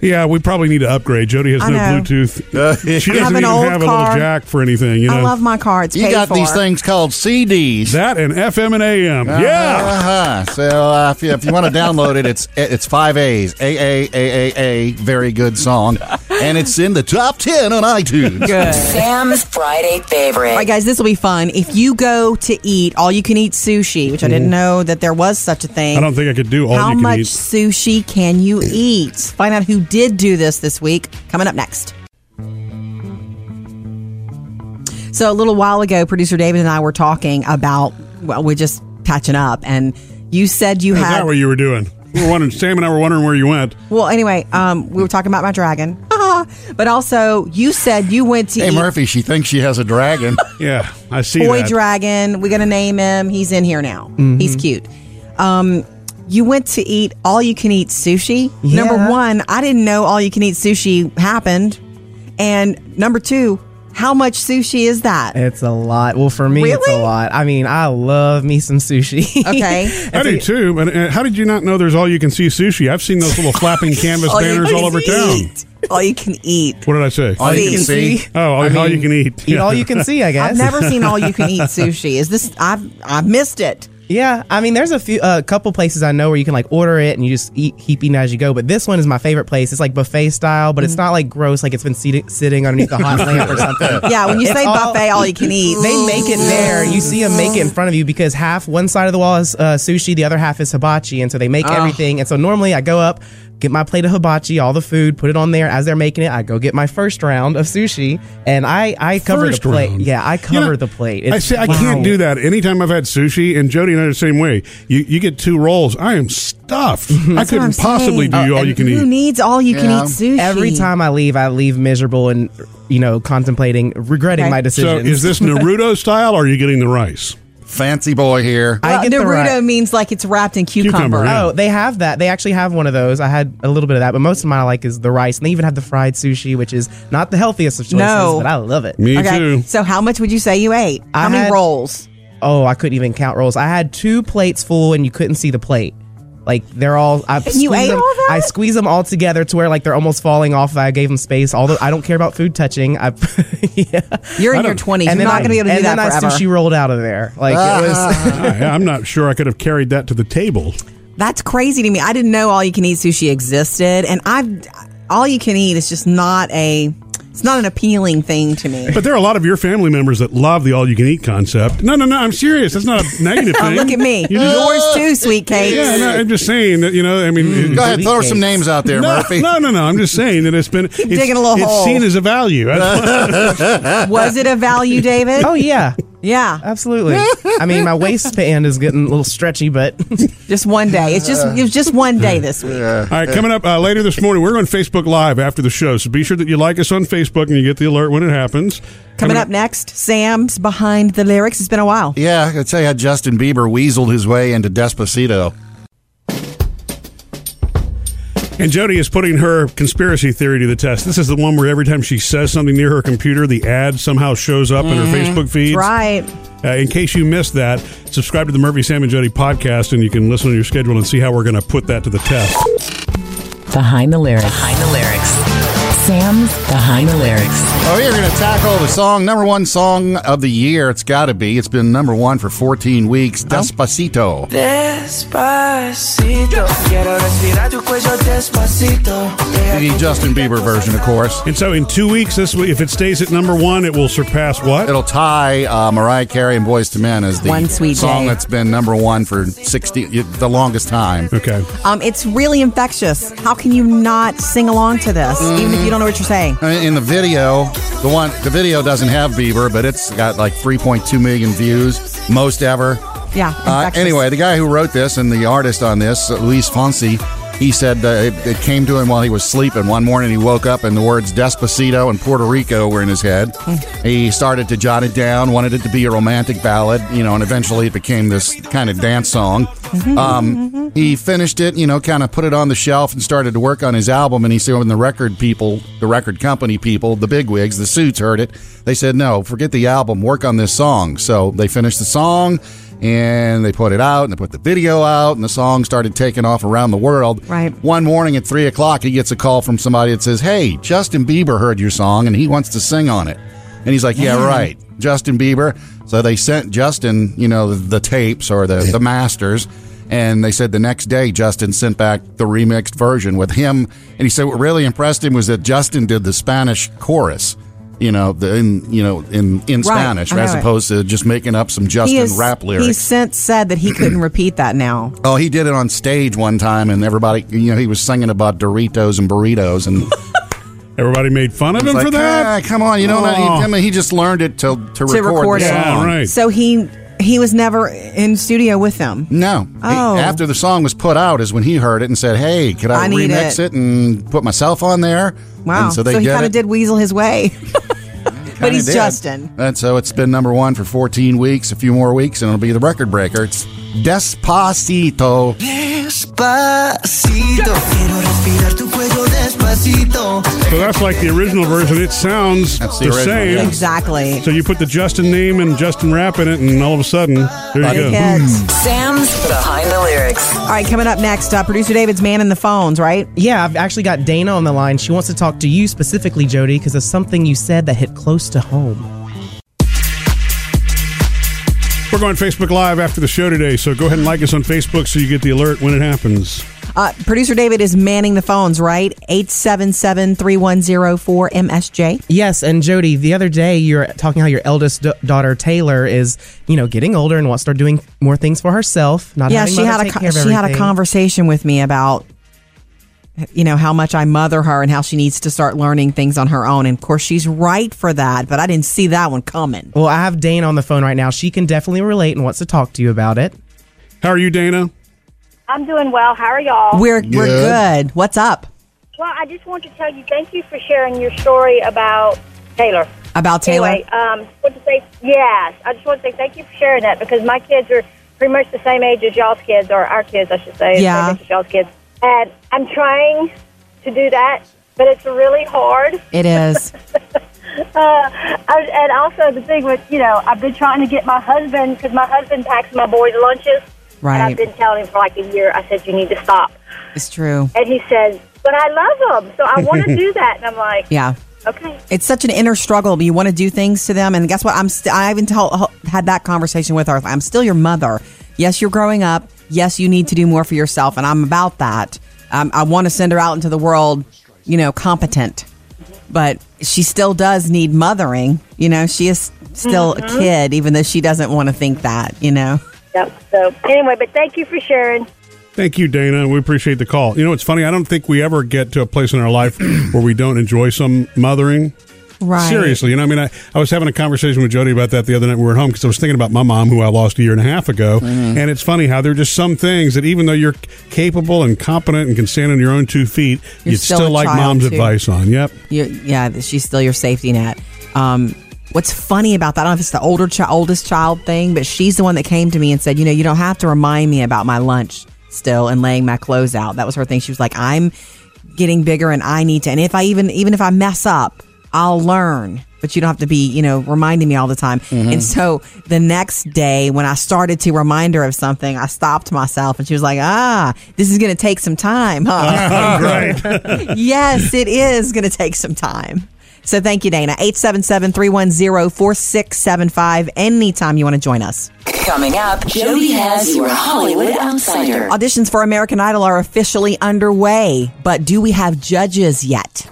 Speaker 2: Yeah, we probably need to upgrade. Jody has
Speaker 3: I
Speaker 2: no
Speaker 3: know.
Speaker 2: Bluetooth. She
Speaker 3: I have an
Speaker 2: doesn't even
Speaker 3: old
Speaker 2: have a
Speaker 3: car.
Speaker 2: little jack for anything. You know,
Speaker 3: I love my car. It's
Speaker 4: You
Speaker 3: paid
Speaker 4: got
Speaker 3: for.
Speaker 4: these things called CDs.
Speaker 2: that and FM and AM. yeah.
Speaker 4: Uh-huh. So uh, if you, if you want to download it, it's it's five A's. A A A A A. Very good song, and it's in the top ten on iTunes.
Speaker 6: Sam's Friday favorite.
Speaker 3: All right, guys, this will be fun. If you go to eat all you can eat sushi, which I didn't know that there was such a thing.
Speaker 2: Mm-hmm. I don't think I could do all
Speaker 3: How
Speaker 2: you can
Speaker 3: much
Speaker 2: eat.
Speaker 3: sushi can you eat? Find out who did do this this week. Coming up next. So a little while ago, producer David and I were talking about well, we're just catching up, and you said you
Speaker 2: Is
Speaker 3: had
Speaker 2: that what you were doing? We were wondering. Sam and I were wondering where you went.
Speaker 3: well. Anyway, um, we were talking about my dragon, but also you said you went to
Speaker 4: Hey
Speaker 3: eat
Speaker 4: Murphy, she thinks she has a dragon.
Speaker 2: Yeah, I see
Speaker 3: boy
Speaker 2: that. Mm-hmm.
Speaker 3: dragon. We're gonna name him. He's in here now. He's cute. Um, you went to eat all you can eat sushi. Number
Speaker 5: Yeah.
Speaker 3: one, I didn't know all you can eat sushi happened, and number two, how much sushi is that?
Speaker 5: It's a lot. Well, for me, it's a
Speaker 3: Really?
Speaker 5: lot. I mean, I love me some sushi.
Speaker 3: Okay.
Speaker 2: I do too. But uh, how did you not know there's all you can see sushi? I've seen those little flapping canvas
Speaker 3: All you
Speaker 2: banners
Speaker 3: can
Speaker 2: all over town.
Speaker 3: eat. All you can eat.
Speaker 2: What did I say?
Speaker 4: All you can
Speaker 3: Please.
Speaker 4: see.
Speaker 2: Oh, all,
Speaker 5: I
Speaker 2: all
Speaker 5: mean,
Speaker 2: you can eat.
Speaker 5: Eat all you can see, I guess.
Speaker 3: I've never seen all you can eat sushi. Is this? I've I've missed it.
Speaker 5: Yeah, I mean, there's a few, a couple places I know where you can like order it and you just eat, keep eating as you go. But this one is my favorite place. It's like buffet style, but it's
Speaker 3: Mm.
Speaker 5: not like gross, like it's been seated, sitting underneath a hot lamp or something.
Speaker 3: Yeah, when you
Speaker 5: It's
Speaker 3: say
Speaker 5: all-
Speaker 3: buffet, all you can eat,
Speaker 5: They make it there. You see them make it in front of you because half one side of the wall is uh, sushi, the other half is hibachi, and so they make
Speaker 3: Ah.
Speaker 5: everything. And so normally I go up, get my plate of hibachi, all the food, put it on there. As they're making it, I go get my first round of sushi, and I I cover
Speaker 2: First
Speaker 5: the plate.
Speaker 2: round.
Speaker 5: Yeah, I
Speaker 2: You
Speaker 5: cover
Speaker 2: know,
Speaker 5: the plate.
Speaker 2: I
Speaker 5: It's-
Speaker 2: say I
Speaker 5: wow.
Speaker 2: can't do that. Anytime I've had sushi, and Jody and I are the same way. You you get two rolls. I am stuffed. I
Speaker 3: Mhm. That's what I'm
Speaker 2: couldn't possibly
Speaker 3: saying.
Speaker 5: Oh,
Speaker 2: do all you can
Speaker 3: Who
Speaker 2: eat.
Speaker 3: needs all you
Speaker 4: Yeah.
Speaker 3: can eat sushi?
Speaker 5: Every time I leave, I leave miserable and you know contemplating, regretting
Speaker 3: Okay.
Speaker 5: my
Speaker 2: So
Speaker 5: decision.
Speaker 2: is this Naruto style? or Are you getting the rice?
Speaker 4: Fancy boy here.
Speaker 5: I
Speaker 3: Well,
Speaker 5: get the
Speaker 3: Naruto
Speaker 5: right-
Speaker 3: means like it's wrapped in cucumber.
Speaker 2: Cucumber, yeah.
Speaker 5: Oh, they have that. They actually have one of those. I had a little bit of that, but most of mine I like is the rice, and they even have the fried sushi, which is not the healthiest of choices,
Speaker 3: No.
Speaker 5: but I love it.
Speaker 2: Me
Speaker 3: Oh, okay.
Speaker 2: too.
Speaker 3: So how much would you say you ate? How
Speaker 5: I
Speaker 3: many
Speaker 5: had-
Speaker 3: rolls?
Speaker 5: Oh, I couldn't even count rolls. I had two plates full, and you couldn't see the plate. Like they're all. I squeeze
Speaker 3: you ate
Speaker 5: them,
Speaker 3: all that?
Speaker 5: I squeeze them all together to where like they're almost falling off. I gave them space. Although I don't care about food touching. I yeah.
Speaker 3: You're in
Speaker 2: I
Speaker 3: your
Speaker 2: don't-
Speaker 3: 20s. You're not
Speaker 5: I-
Speaker 3: going to be able to
Speaker 5: and
Speaker 3: do that
Speaker 5: then
Speaker 3: forever.
Speaker 5: I sushi rolled out of there. Like it was.
Speaker 2: I, I'm not sure I could have carried that to the table.
Speaker 3: That's crazy to me. I didn't know all you can eat sushi existed, and I've all you can eat is just not a. It's not an appealing thing to me.
Speaker 2: But there are a lot of your family members that love the all-you-can-eat concept. No, no, no. I'm serious. That's not a negative thing.
Speaker 3: Look at me.
Speaker 2: You
Speaker 3: Yours
Speaker 2: just-
Speaker 3: too, sweet cakes.
Speaker 2: yeah, no, I'm just saying that. You know, I mean,
Speaker 3: Mm.
Speaker 2: it-
Speaker 4: Go ahead, throw some
Speaker 5: Cakes.
Speaker 4: names out there,
Speaker 2: no,
Speaker 4: Murphy.
Speaker 2: no, no, no. I'm just saying that it's been Keep it's,
Speaker 3: digging a little
Speaker 2: it's
Speaker 3: hole.
Speaker 2: seen as a value. That's-
Speaker 3: Was it a value, David?
Speaker 5: Oh yeah,
Speaker 3: yeah.
Speaker 5: absolutely. I mean, my waistband is getting a little stretchy, but
Speaker 3: Just one day. It's just it was just one day this week.
Speaker 2: All right, coming up uh, later this morning, we're on Facebook Live after the show, so be sure that you like us on Facebook and you get the alert when it happens.
Speaker 3: Coming up next, Sam's behind the lyrics. It's been a while.
Speaker 4: Yeah, I could tell you how Justin Bieber weaseled his way into Despacito.
Speaker 2: And Jody is putting her conspiracy theory to the test. This is the one where every time she says something near her computer, the ad somehow shows up
Speaker 3: Mm-hmm.
Speaker 2: in her Facebook feed.
Speaker 3: Right.
Speaker 2: Uh, in case you missed that, subscribe to the Murphy, Sam, and Jody podcast, and you can listen to your schedule and see how we're going to put that to the test.
Speaker 10: Behind the lyrics. Behind the lyrics. Sam's behind the lyrics.
Speaker 4: Oh, we are going to tackle the song, number one song of the year. It's got to be. It's been number one for 14 weeks. Despacito.
Speaker 1: Despacito, quiero respirar tu cuello despacito.
Speaker 4: The Justin Bieber version, of course.
Speaker 2: And so, in two weeks, this week, if it stays at number one, it will surpass what?
Speaker 4: It'll tie uh, Mariah Carey and Boys to Men as the
Speaker 3: One Sweet
Speaker 4: song
Speaker 3: Day.
Speaker 4: that's been number one for 60, the longest time.
Speaker 2: Okay.
Speaker 3: Um, it's really infectious. How can you not sing along to this, even if you don't know what you're saying?
Speaker 4: Uh, In the video, the one the video doesn't have Bieber, but it's got like 3.2 million views, most ever.
Speaker 3: Yeah.
Speaker 4: Uh,
Speaker 3: infectious.
Speaker 4: anyway, the guy who wrote this and the artist on this, Luis Fonsi, he said uh, it, it came to him while he was sleeping. One morning he woke up and the words Despacito and Puerto Rico were in his head. he started to jot it down, wanted it to be a romantic ballad, you know, and eventually it became this kind of dance song. Um, he finished it, you know, kind of put it on the shelf and started to work on his album. And he said, when the record people, the record company people, the bigwigs, the suits heard it, they said, no, forget the album, work on this song. So they finished the song and they put it out and they put the video out and the song started taking off around the world.
Speaker 3: Right.
Speaker 4: One morning at three o'clock, he gets a call from somebody that says, Hey, Justin Bieber heard your song and he wants to sing on it. And he's like, Yeah, right. Justin Bieber. So they sent Justin, you know, the tapes or the, the masters. And they said the next day, Justin sent back the remixed version with him. And he said what really impressed him was that Justin did the Spanish chorus, you know, the, in, you know, in, in
Speaker 3: Right.
Speaker 4: Spanish,
Speaker 3: I know
Speaker 4: as
Speaker 3: it.
Speaker 4: opposed to just making up some Justin
Speaker 3: he is,
Speaker 4: rap lyrics.
Speaker 3: He's since said that he couldn't repeat that now.
Speaker 4: Oh, he did it on stage one time, and everybody, you know, he was singing about Doritos and burritos, and
Speaker 2: Everybody made fun of him
Speaker 4: like,
Speaker 2: for that?
Speaker 4: "Ah, come on, you know,
Speaker 2: Oh.
Speaker 4: he, I mean, he just learned it to to record,
Speaker 3: To record
Speaker 4: the
Speaker 3: it.
Speaker 4: song.
Speaker 2: Yeah, right.
Speaker 3: So he he was never in studio with them.
Speaker 4: No, He-
Speaker 3: Oh.
Speaker 4: after the song was put out is when he heard it and said, "Hey, could I,
Speaker 3: I need
Speaker 4: remix it.
Speaker 3: it."
Speaker 4: and put myself on there?"
Speaker 3: Wow.
Speaker 4: And so they
Speaker 3: he
Speaker 4: did
Speaker 3: kind
Speaker 4: it.
Speaker 3: of did weasel his way. but
Speaker 4: Kinda
Speaker 3: he's
Speaker 4: did.
Speaker 3: Justin.
Speaker 4: And so it's been number one for 14 weeks, a few more weeks, and it'll be the record breaker. It's Despacito.
Speaker 1: Despacito, quiero respirar tu cuello despacito.
Speaker 2: So that's like the original version. It sounds
Speaker 4: ah, That's the
Speaker 2: the,
Speaker 4: original,
Speaker 2: same.
Speaker 4: yeah.
Speaker 3: Exactly.
Speaker 2: So you put the Justin name and Justin rap in it, and all of a sudden, there you go.
Speaker 3: Big hits.
Speaker 6: Sam's behind the lyrics.
Speaker 3: All right, coming up next, uh, producer David's man in the phones, right?
Speaker 5: yeah, I've actually got Dana on the line. She wants to talk to you specifically, Jody, because of something you said that hit close to home.
Speaker 2: We're going Facebook Live after the show today, so go ahead and like us on Facebook so you get the alert when it happens.
Speaker 3: Uh, producer David is manning the phones, right? 877-3104-MSJ.
Speaker 5: Yes, and Jody, the other day you're talking how your eldest da- daughter Taylor is, you know, getting older and wants to start doing more things for herself. Not
Speaker 3: Yeah,
Speaker 5: having
Speaker 3: she
Speaker 5: mother
Speaker 3: had a
Speaker 5: take
Speaker 3: con-
Speaker 5: care of
Speaker 3: she had a
Speaker 5: everything.
Speaker 3: conversation with me about you know how much I mother her and how she needs to start learning things on her own. And of course, she's right for that, but I didn't see that one coming.
Speaker 5: Well, I have Dana on the phone right now. She can definitely relate and wants to talk to you about it.
Speaker 2: How are you, Dana?
Speaker 11: I'm doing well. How are y'all?
Speaker 3: We're we're
Speaker 4: Good.
Speaker 3: good. What's up
Speaker 11: well, I just want to tell you thank you for sharing your story about Taylor.
Speaker 3: about Taylor?
Speaker 11: Anyway, um, want to say yes. I just want to say thank you for sharing that because my kids are pretty much the same age as y'all's kids, or our kids, I should say, the
Speaker 3: Yeah.
Speaker 11: same age as y'all's kids. And I'm trying to do that, but it's really hard.
Speaker 3: It is.
Speaker 11: Uh, I, and also the thing with you know I've been trying to get my husband because my husband packs my boys lunches,
Speaker 3: Right.
Speaker 11: And I've been telling him for like a year. I said, you need to stop.
Speaker 3: It's true.
Speaker 11: And he says, but I love them, so I want to do that. And I'm like,
Speaker 3: Yeah.
Speaker 11: okay.
Speaker 3: It's such an inner struggle. but You want to do things to them, and guess what? I'm. St- I even tell- had that conversation with her. I'm still your mother. Yes, you're growing up. Yes, you need to do more for yourself, and I'm about that. Um, I want to send her out into the world, you know, competent, but she still does need mothering. You know, she is still
Speaker 11: Mhm.
Speaker 3: a kid, even though she doesn't want to think that. You know,
Speaker 11: Yep. So anyway, but thank you for sharing.
Speaker 2: Thank you, Dana. We appreciate the call. You know, it's funny. I don't think we ever get to a place in our life where we don't enjoy some mothering.
Speaker 3: Right.
Speaker 2: Seriously. You know, I mean, I, I was having a conversation with Jody about that the other night. We were at home because I was thinking about my mom, who I lost a year and a half ago.
Speaker 3: Mm-hmm.
Speaker 2: And it's funny how there are just some things that even though you're capable and competent and can stand on your own two feet,
Speaker 3: You're
Speaker 2: you'd
Speaker 3: still a
Speaker 2: still, like
Speaker 3: child,
Speaker 2: mom's
Speaker 3: too.
Speaker 2: advice on. Yep.
Speaker 3: you, yeah, that she's still your safety net. Um, what's funny about that? I don't know if it's the older chi- oldest child thing, but she's the one that came to me and said, you know, you don't have to remind me about my lunch still and laying my clothes out. That was her thing. She was like, I'm getting bigger and I need to. And if I even even if I mess up, I'll learn. But you don't have to be, you know, reminding me all the time.
Speaker 12: Mhm.
Speaker 3: And so the next day, when I started to remind her of something, I stopped myself, and she was like, "Ah, this is going to take some time, huh?" yes, it is going to take some time. So thank you, Dana. 877 310 4675. Anytime you want to join us.
Speaker 6: Coming up, Jody has your Hollywood Outsider.
Speaker 3: Auditions for American Idol are officially underway, but do we have judges yet?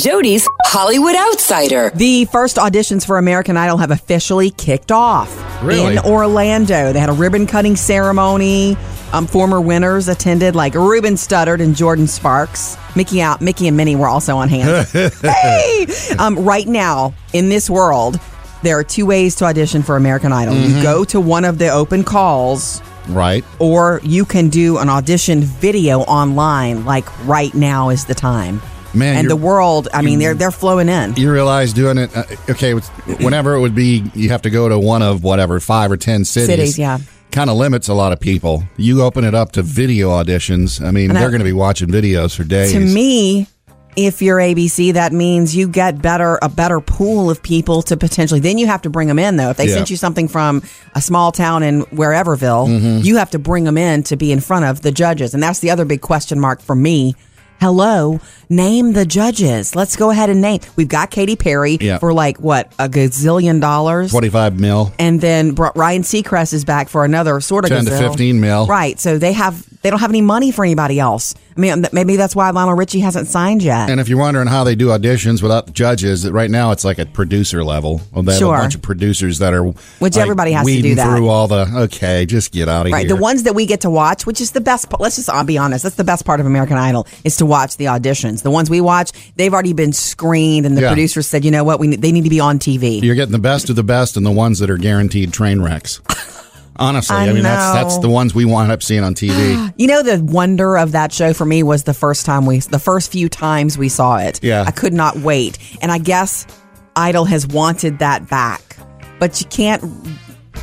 Speaker 6: Jody's Hollywood Outsider.
Speaker 3: The first auditions for American Idol have officially kicked off
Speaker 6: Really?
Speaker 3: in Orlando. They had a ribbon cutting ceremony. Um, former winners attended, like Ruben Studdard and Jordan Sparks. Mickey out, Mickey and Minnie were also on hand. hey! Um, right now in this world, there are two ways to audition for American Idol. You
Speaker 4: Mhm.
Speaker 3: go to one of the open calls,
Speaker 4: Right.
Speaker 3: or you can do an audition video online. Like right now is the time,
Speaker 4: Man,
Speaker 3: And
Speaker 4: you're-
Speaker 3: the world, I mean,
Speaker 4: you-
Speaker 3: they're they're flowing in.
Speaker 4: You realize doing it, uh, okay, with- whenever it would be, you have to go to one of whatever, five or 10 cities.
Speaker 3: Cities, yeah.
Speaker 4: Kind of limits a lot of people. You open it up to video auditions. I mean,
Speaker 3: And I-
Speaker 4: they're going to be watching videos for days.
Speaker 3: To me, if you're ABC, that means you get better a better pool of people to potentially. Then you have to bring them in though. If they
Speaker 4: Yeah.
Speaker 3: sent you something from a small town in whereverville,
Speaker 4: Mhm.
Speaker 3: you have to bring them in to be in front of the judges, and that's the other big question mark for me. Hello, name the judges. Let's go ahead and name. We've got Katy Perry
Speaker 4: Yeah.
Speaker 3: for like what a gazillion dollars.
Speaker 4: 25 mil.
Speaker 3: And then Br- Ryan Seacrest is back for another sort of
Speaker 4: 10 to
Speaker 3: gazelle.
Speaker 4: 15 mil.
Speaker 3: Right. So they have they don't have any money for anybody else. I mean, um, th- maybe that's why Lionel Richie hasn't signed yet.
Speaker 4: And if you're wondering how they do auditions without the judges, that right now it's like at producer level. Well, they
Speaker 3: Sure.
Speaker 4: have a bunch of producers that are
Speaker 3: Which
Speaker 4: like,
Speaker 3: everybody has to do
Speaker 4: weeding
Speaker 3: that.
Speaker 4: through all the okay, just get out of
Speaker 3: Right,
Speaker 4: here.
Speaker 3: the ones that we get to watch, which is the best. part. Let's just I'll be honest. That's the best part of American Idol is to watch the auditions. The ones we watch, they've already been screened, and the
Speaker 4: Yeah.
Speaker 3: producers said, you know what, we need, they need to be on TV.
Speaker 4: You're getting the best of the best and the ones that are guaranteed train wrecks. Honestly,
Speaker 3: I
Speaker 4: I, mean that's
Speaker 3: know.
Speaker 4: that's the ones we wind up seeing on TV.
Speaker 3: You know, the wonder of that show for me was the first time we, the first few times we saw it.
Speaker 4: Yeah.
Speaker 3: I could not wait. And I guess Idol has wanted that back, but you can't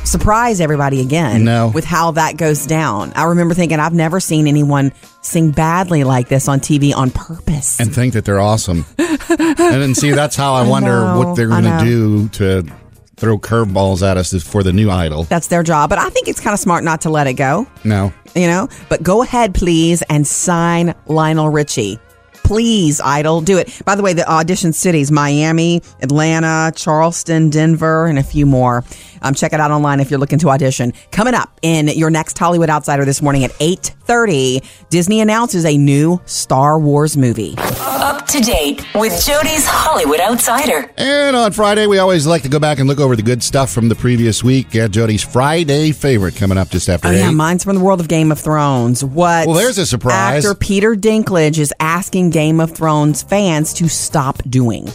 Speaker 3: surprise everybody again
Speaker 4: No.
Speaker 3: with how that goes down. I remember thinking, I've never seen anyone sing badly like this on TV on purpose.
Speaker 4: and think that they're awesome. and then see that's how I,
Speaker 3: I
Speaker 4: wonder
Speaker 3: know,
Speaker 4: what they're
Speaker 3: I
Speaker 4: going
Speaker 3: know.
Speaker 4: to do to throw curveballs at us for the new idol.
Speaker 3: That's their job. But I think it's kind of smart not to let it go.
Speaker 4: No.
Speaker 3: you know? But go ahead, please, and sign Lionel Richie. Please, Idol, do it. By the way, the audition cities Miami, Atlanta, Charleston, Denver, and a few more. Um, check it out online if you're looking to audition. Coming up in your next Hollywood Outsider this morning at 8.30, Disney announces a new Star Wars movie.
Speaker 6: Up to date with Jody's Hollywood Outsider.
Speaker 4: And on Friday, we always like to go back and look over the good stuff from the previous week. Get Jody's Friday favorite coming up just after
Speaker 3: Oh,
Speaker 4: eight.
Speaker 3: yeah, mine's from the world of Game of Thrones. What?
Speaker 4: Well, there's a surprise.
Speaker 3: Actor Peter Dinklage is asking Game of Thrones fans to stop doing.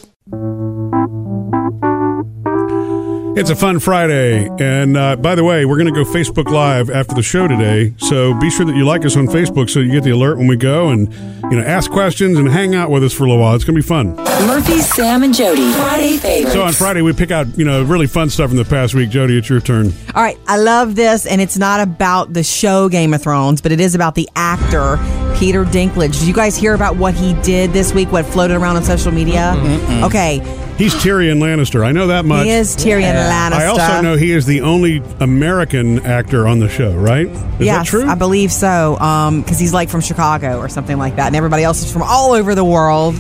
Speaker 2: It's a fun Friday. And uh, by the way, we're going to go Facebook Live after the show today. So be sure that you like us on Facebook so you get the alert when we go and, you know, ask questions and hang out with us for a little while. It's going to be fun.
Speaker 6: Murphy, Sam, and Jody. Friday favorites.
Speaker 2: So on Friday, we pick out, you know, really fun stuff from the past week. Jody, it's your turn.
Speaker 3: All right, I love this, and it's not about the show Game of Thrones, but it is about the actor Peter Dinklage. Did you guys hear about what he did this week? What floated around on social media? Okay,
Speaker 2: He's Tyrion Lannister. I know that much.
Speaker 3: he is Tyrion Atlanta
Speaker 2: I
Speaker 3: stuff.
Speaker 2: also know he is the only American actor on the show, right? Is that
Speaker 3: yes,
Speaker 2: true?
Speaker 3: I believe so. Um, because he's like from Chicago or something like that, and everybody else is from all over the world,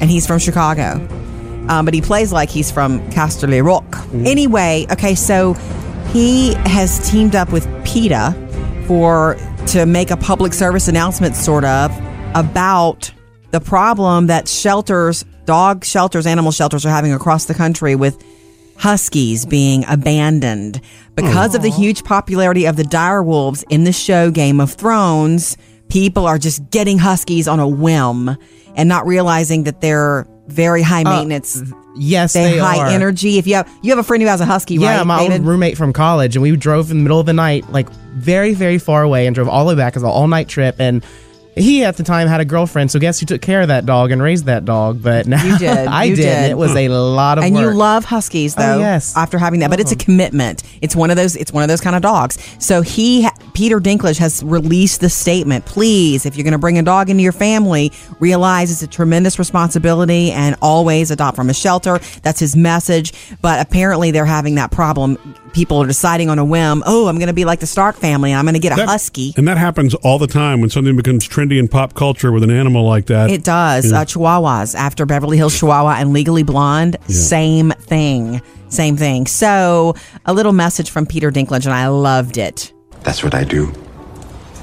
Speaker 3: and he's from Chicago. Um, but he plays like he's from Casterly Rock.
Speaker 2: Mm.
Speaker 3: Anyway, okay, so he has teamed up with PETA for to make a public service announcement, sort of, about the problem that shelters, dog shelters, animal shelters are having across the country with huskies being abandoned because of the huge popularity of the dire wolves in the show Game of Thrones. People are just getting huskies on a whim and not realizing that they're very high
Speaker 5: Uh,
Speaker 3: maintenance.
Speaker 5: yes, they
Speaker 3: high
Speaker 5: are.
Speaker 3: energy. If you have you have a friend who has a husky,
Speaker 5: Yeah,
Speaker 3: right?
Speaker 5: my old
Speaker 3: David?
Speaker 5: roommate from college, and we drove in the middle of the night, like very, very far away, and drove all the way back as an all night trip. And he at the time had a girlfriend, so guess who took care of that dog and raised that dog? But now
Speaker 3: You did.
Speaker 5: I
Speaker 3: You
Speaker 5: did.
Speaker 3: did.
Speaker 5: It was a lot of
Speaker 3: and you
Speaker 5: work.
Speaker 3: love huskies
Speaker 5: Oh,
Speaker 3: though.
Speaker 5: yes. Oh.
Speaker 3: After having that, but it's a commitment. It's one of those. It's one of those kind of dogs. So he, ha- Peter Dinklage, has released the statement. Please, if you're going to bring a dog into your family, realize it's a tremendous responsibility, and always adopt from a shelter. That's his message. But apparently, they're having that problem. People are deciding on a whim. Oh, I'm going to be like the Stark family. and I'm going to get a
Speaker 2: That-
Speaker 3: husky.
Speaker 2: And that happens all the time when something becomes trendy in pop culture with an animal like that.
Speaker 3: It does.
Speaker 2: Yeah.
Speaker 3: Uh, Chihuahuas after Beverly Hills Chihuahua and Legally Blonde, same thing. Same thing. So, a little message from Peter Dinklage, and I loved it.
Speaker 12: That's what I do.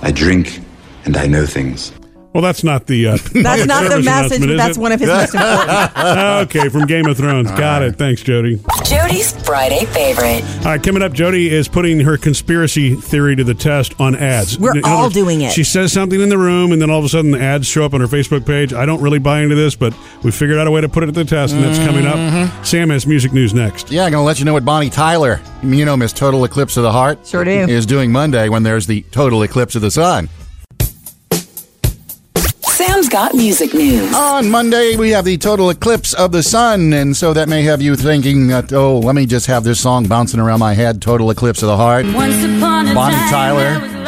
Speaker 12: I drink and I know things.
Speaker 2: Well, that's not the. Uh,
Speaker 3: That's not the message, but that's one of his most important.
Speaker 2: okay, from Game of Thrones. Got it. Thanks, Jody.
Speaker 6: Jody's Friday favorite.
Speaker 2: All right, coming up, Jody is putting her conspiracy theory to the test on ads.
Speaker 6: We're
Speaker 2: other
Speaker 6: all doing it.
Speaker 2: She says something in the room, and then all of a sudden, the ads show up on her Facebook page. I don't really buy into this, but we figured out a way to put it to the test, and that's coming up. Sam has music news next.
Speaker 4: Yeah, I'm going to let you know what Bonnie Tyler, you know, Miss Total Eclipse of the Heart,
Speaker 3: sure
Speaker 4: do. is doing Monday when there's the total eclipse of the sun.
Speaker 6: Sam's got music news.
Speaker 4: On Monday, we have the total eclipse of the sun, and so that may have you thinking that, oh, let me just have this song bouncing around my head, Total Eclipse of the Heart.
Speaker 6: Once upon a
Speaker 4: Bonnie
Speaker 6: time,
Speaker 4: Tyler.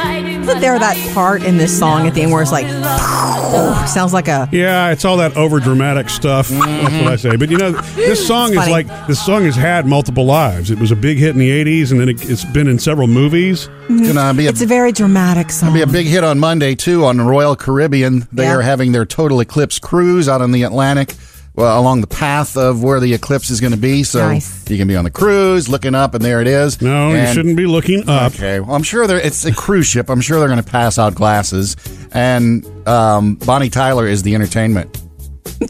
Speaker 3: Isn't there that part in this song at the end where it's like, "Pow," sounds like a.
Speaker 2: Yeah, it's all that over dramatic stuff. That's what I say. But you know,
Speaker 6: Mm,
Speaker 2: this song
Speaker 3: It's
Speaker 2: is
Speaker 3: funny.
Speaker 2: like this song has had multiple lives. It was a big hit in the '80s, and then it, it's been in several movies.
Speaker 4: Gonna be a,
Speaker 3: It's a very dramatic song.
Speaker 4: be a big hit on Monday, too, on Royal Caribbean. They
Speaker 3: Yeah.
Speaker 4: are having their total eclipse cruise out on the Atlantic. Well, along the path of where the eclipse is going to be, so
Speaker 2: Nice.
Speaker 4: you can be on the cruise looking up, and there it is.
Speaker 2: No, you
Speaker 4: And-
Speaker 2: shouldn't be looking up.
Speaker 4: Okay. Well, I'm sure they're, it's a cruise ship. I'm sure they're going to pass out glasses. And um, Bonnie Tyler is the entertainment.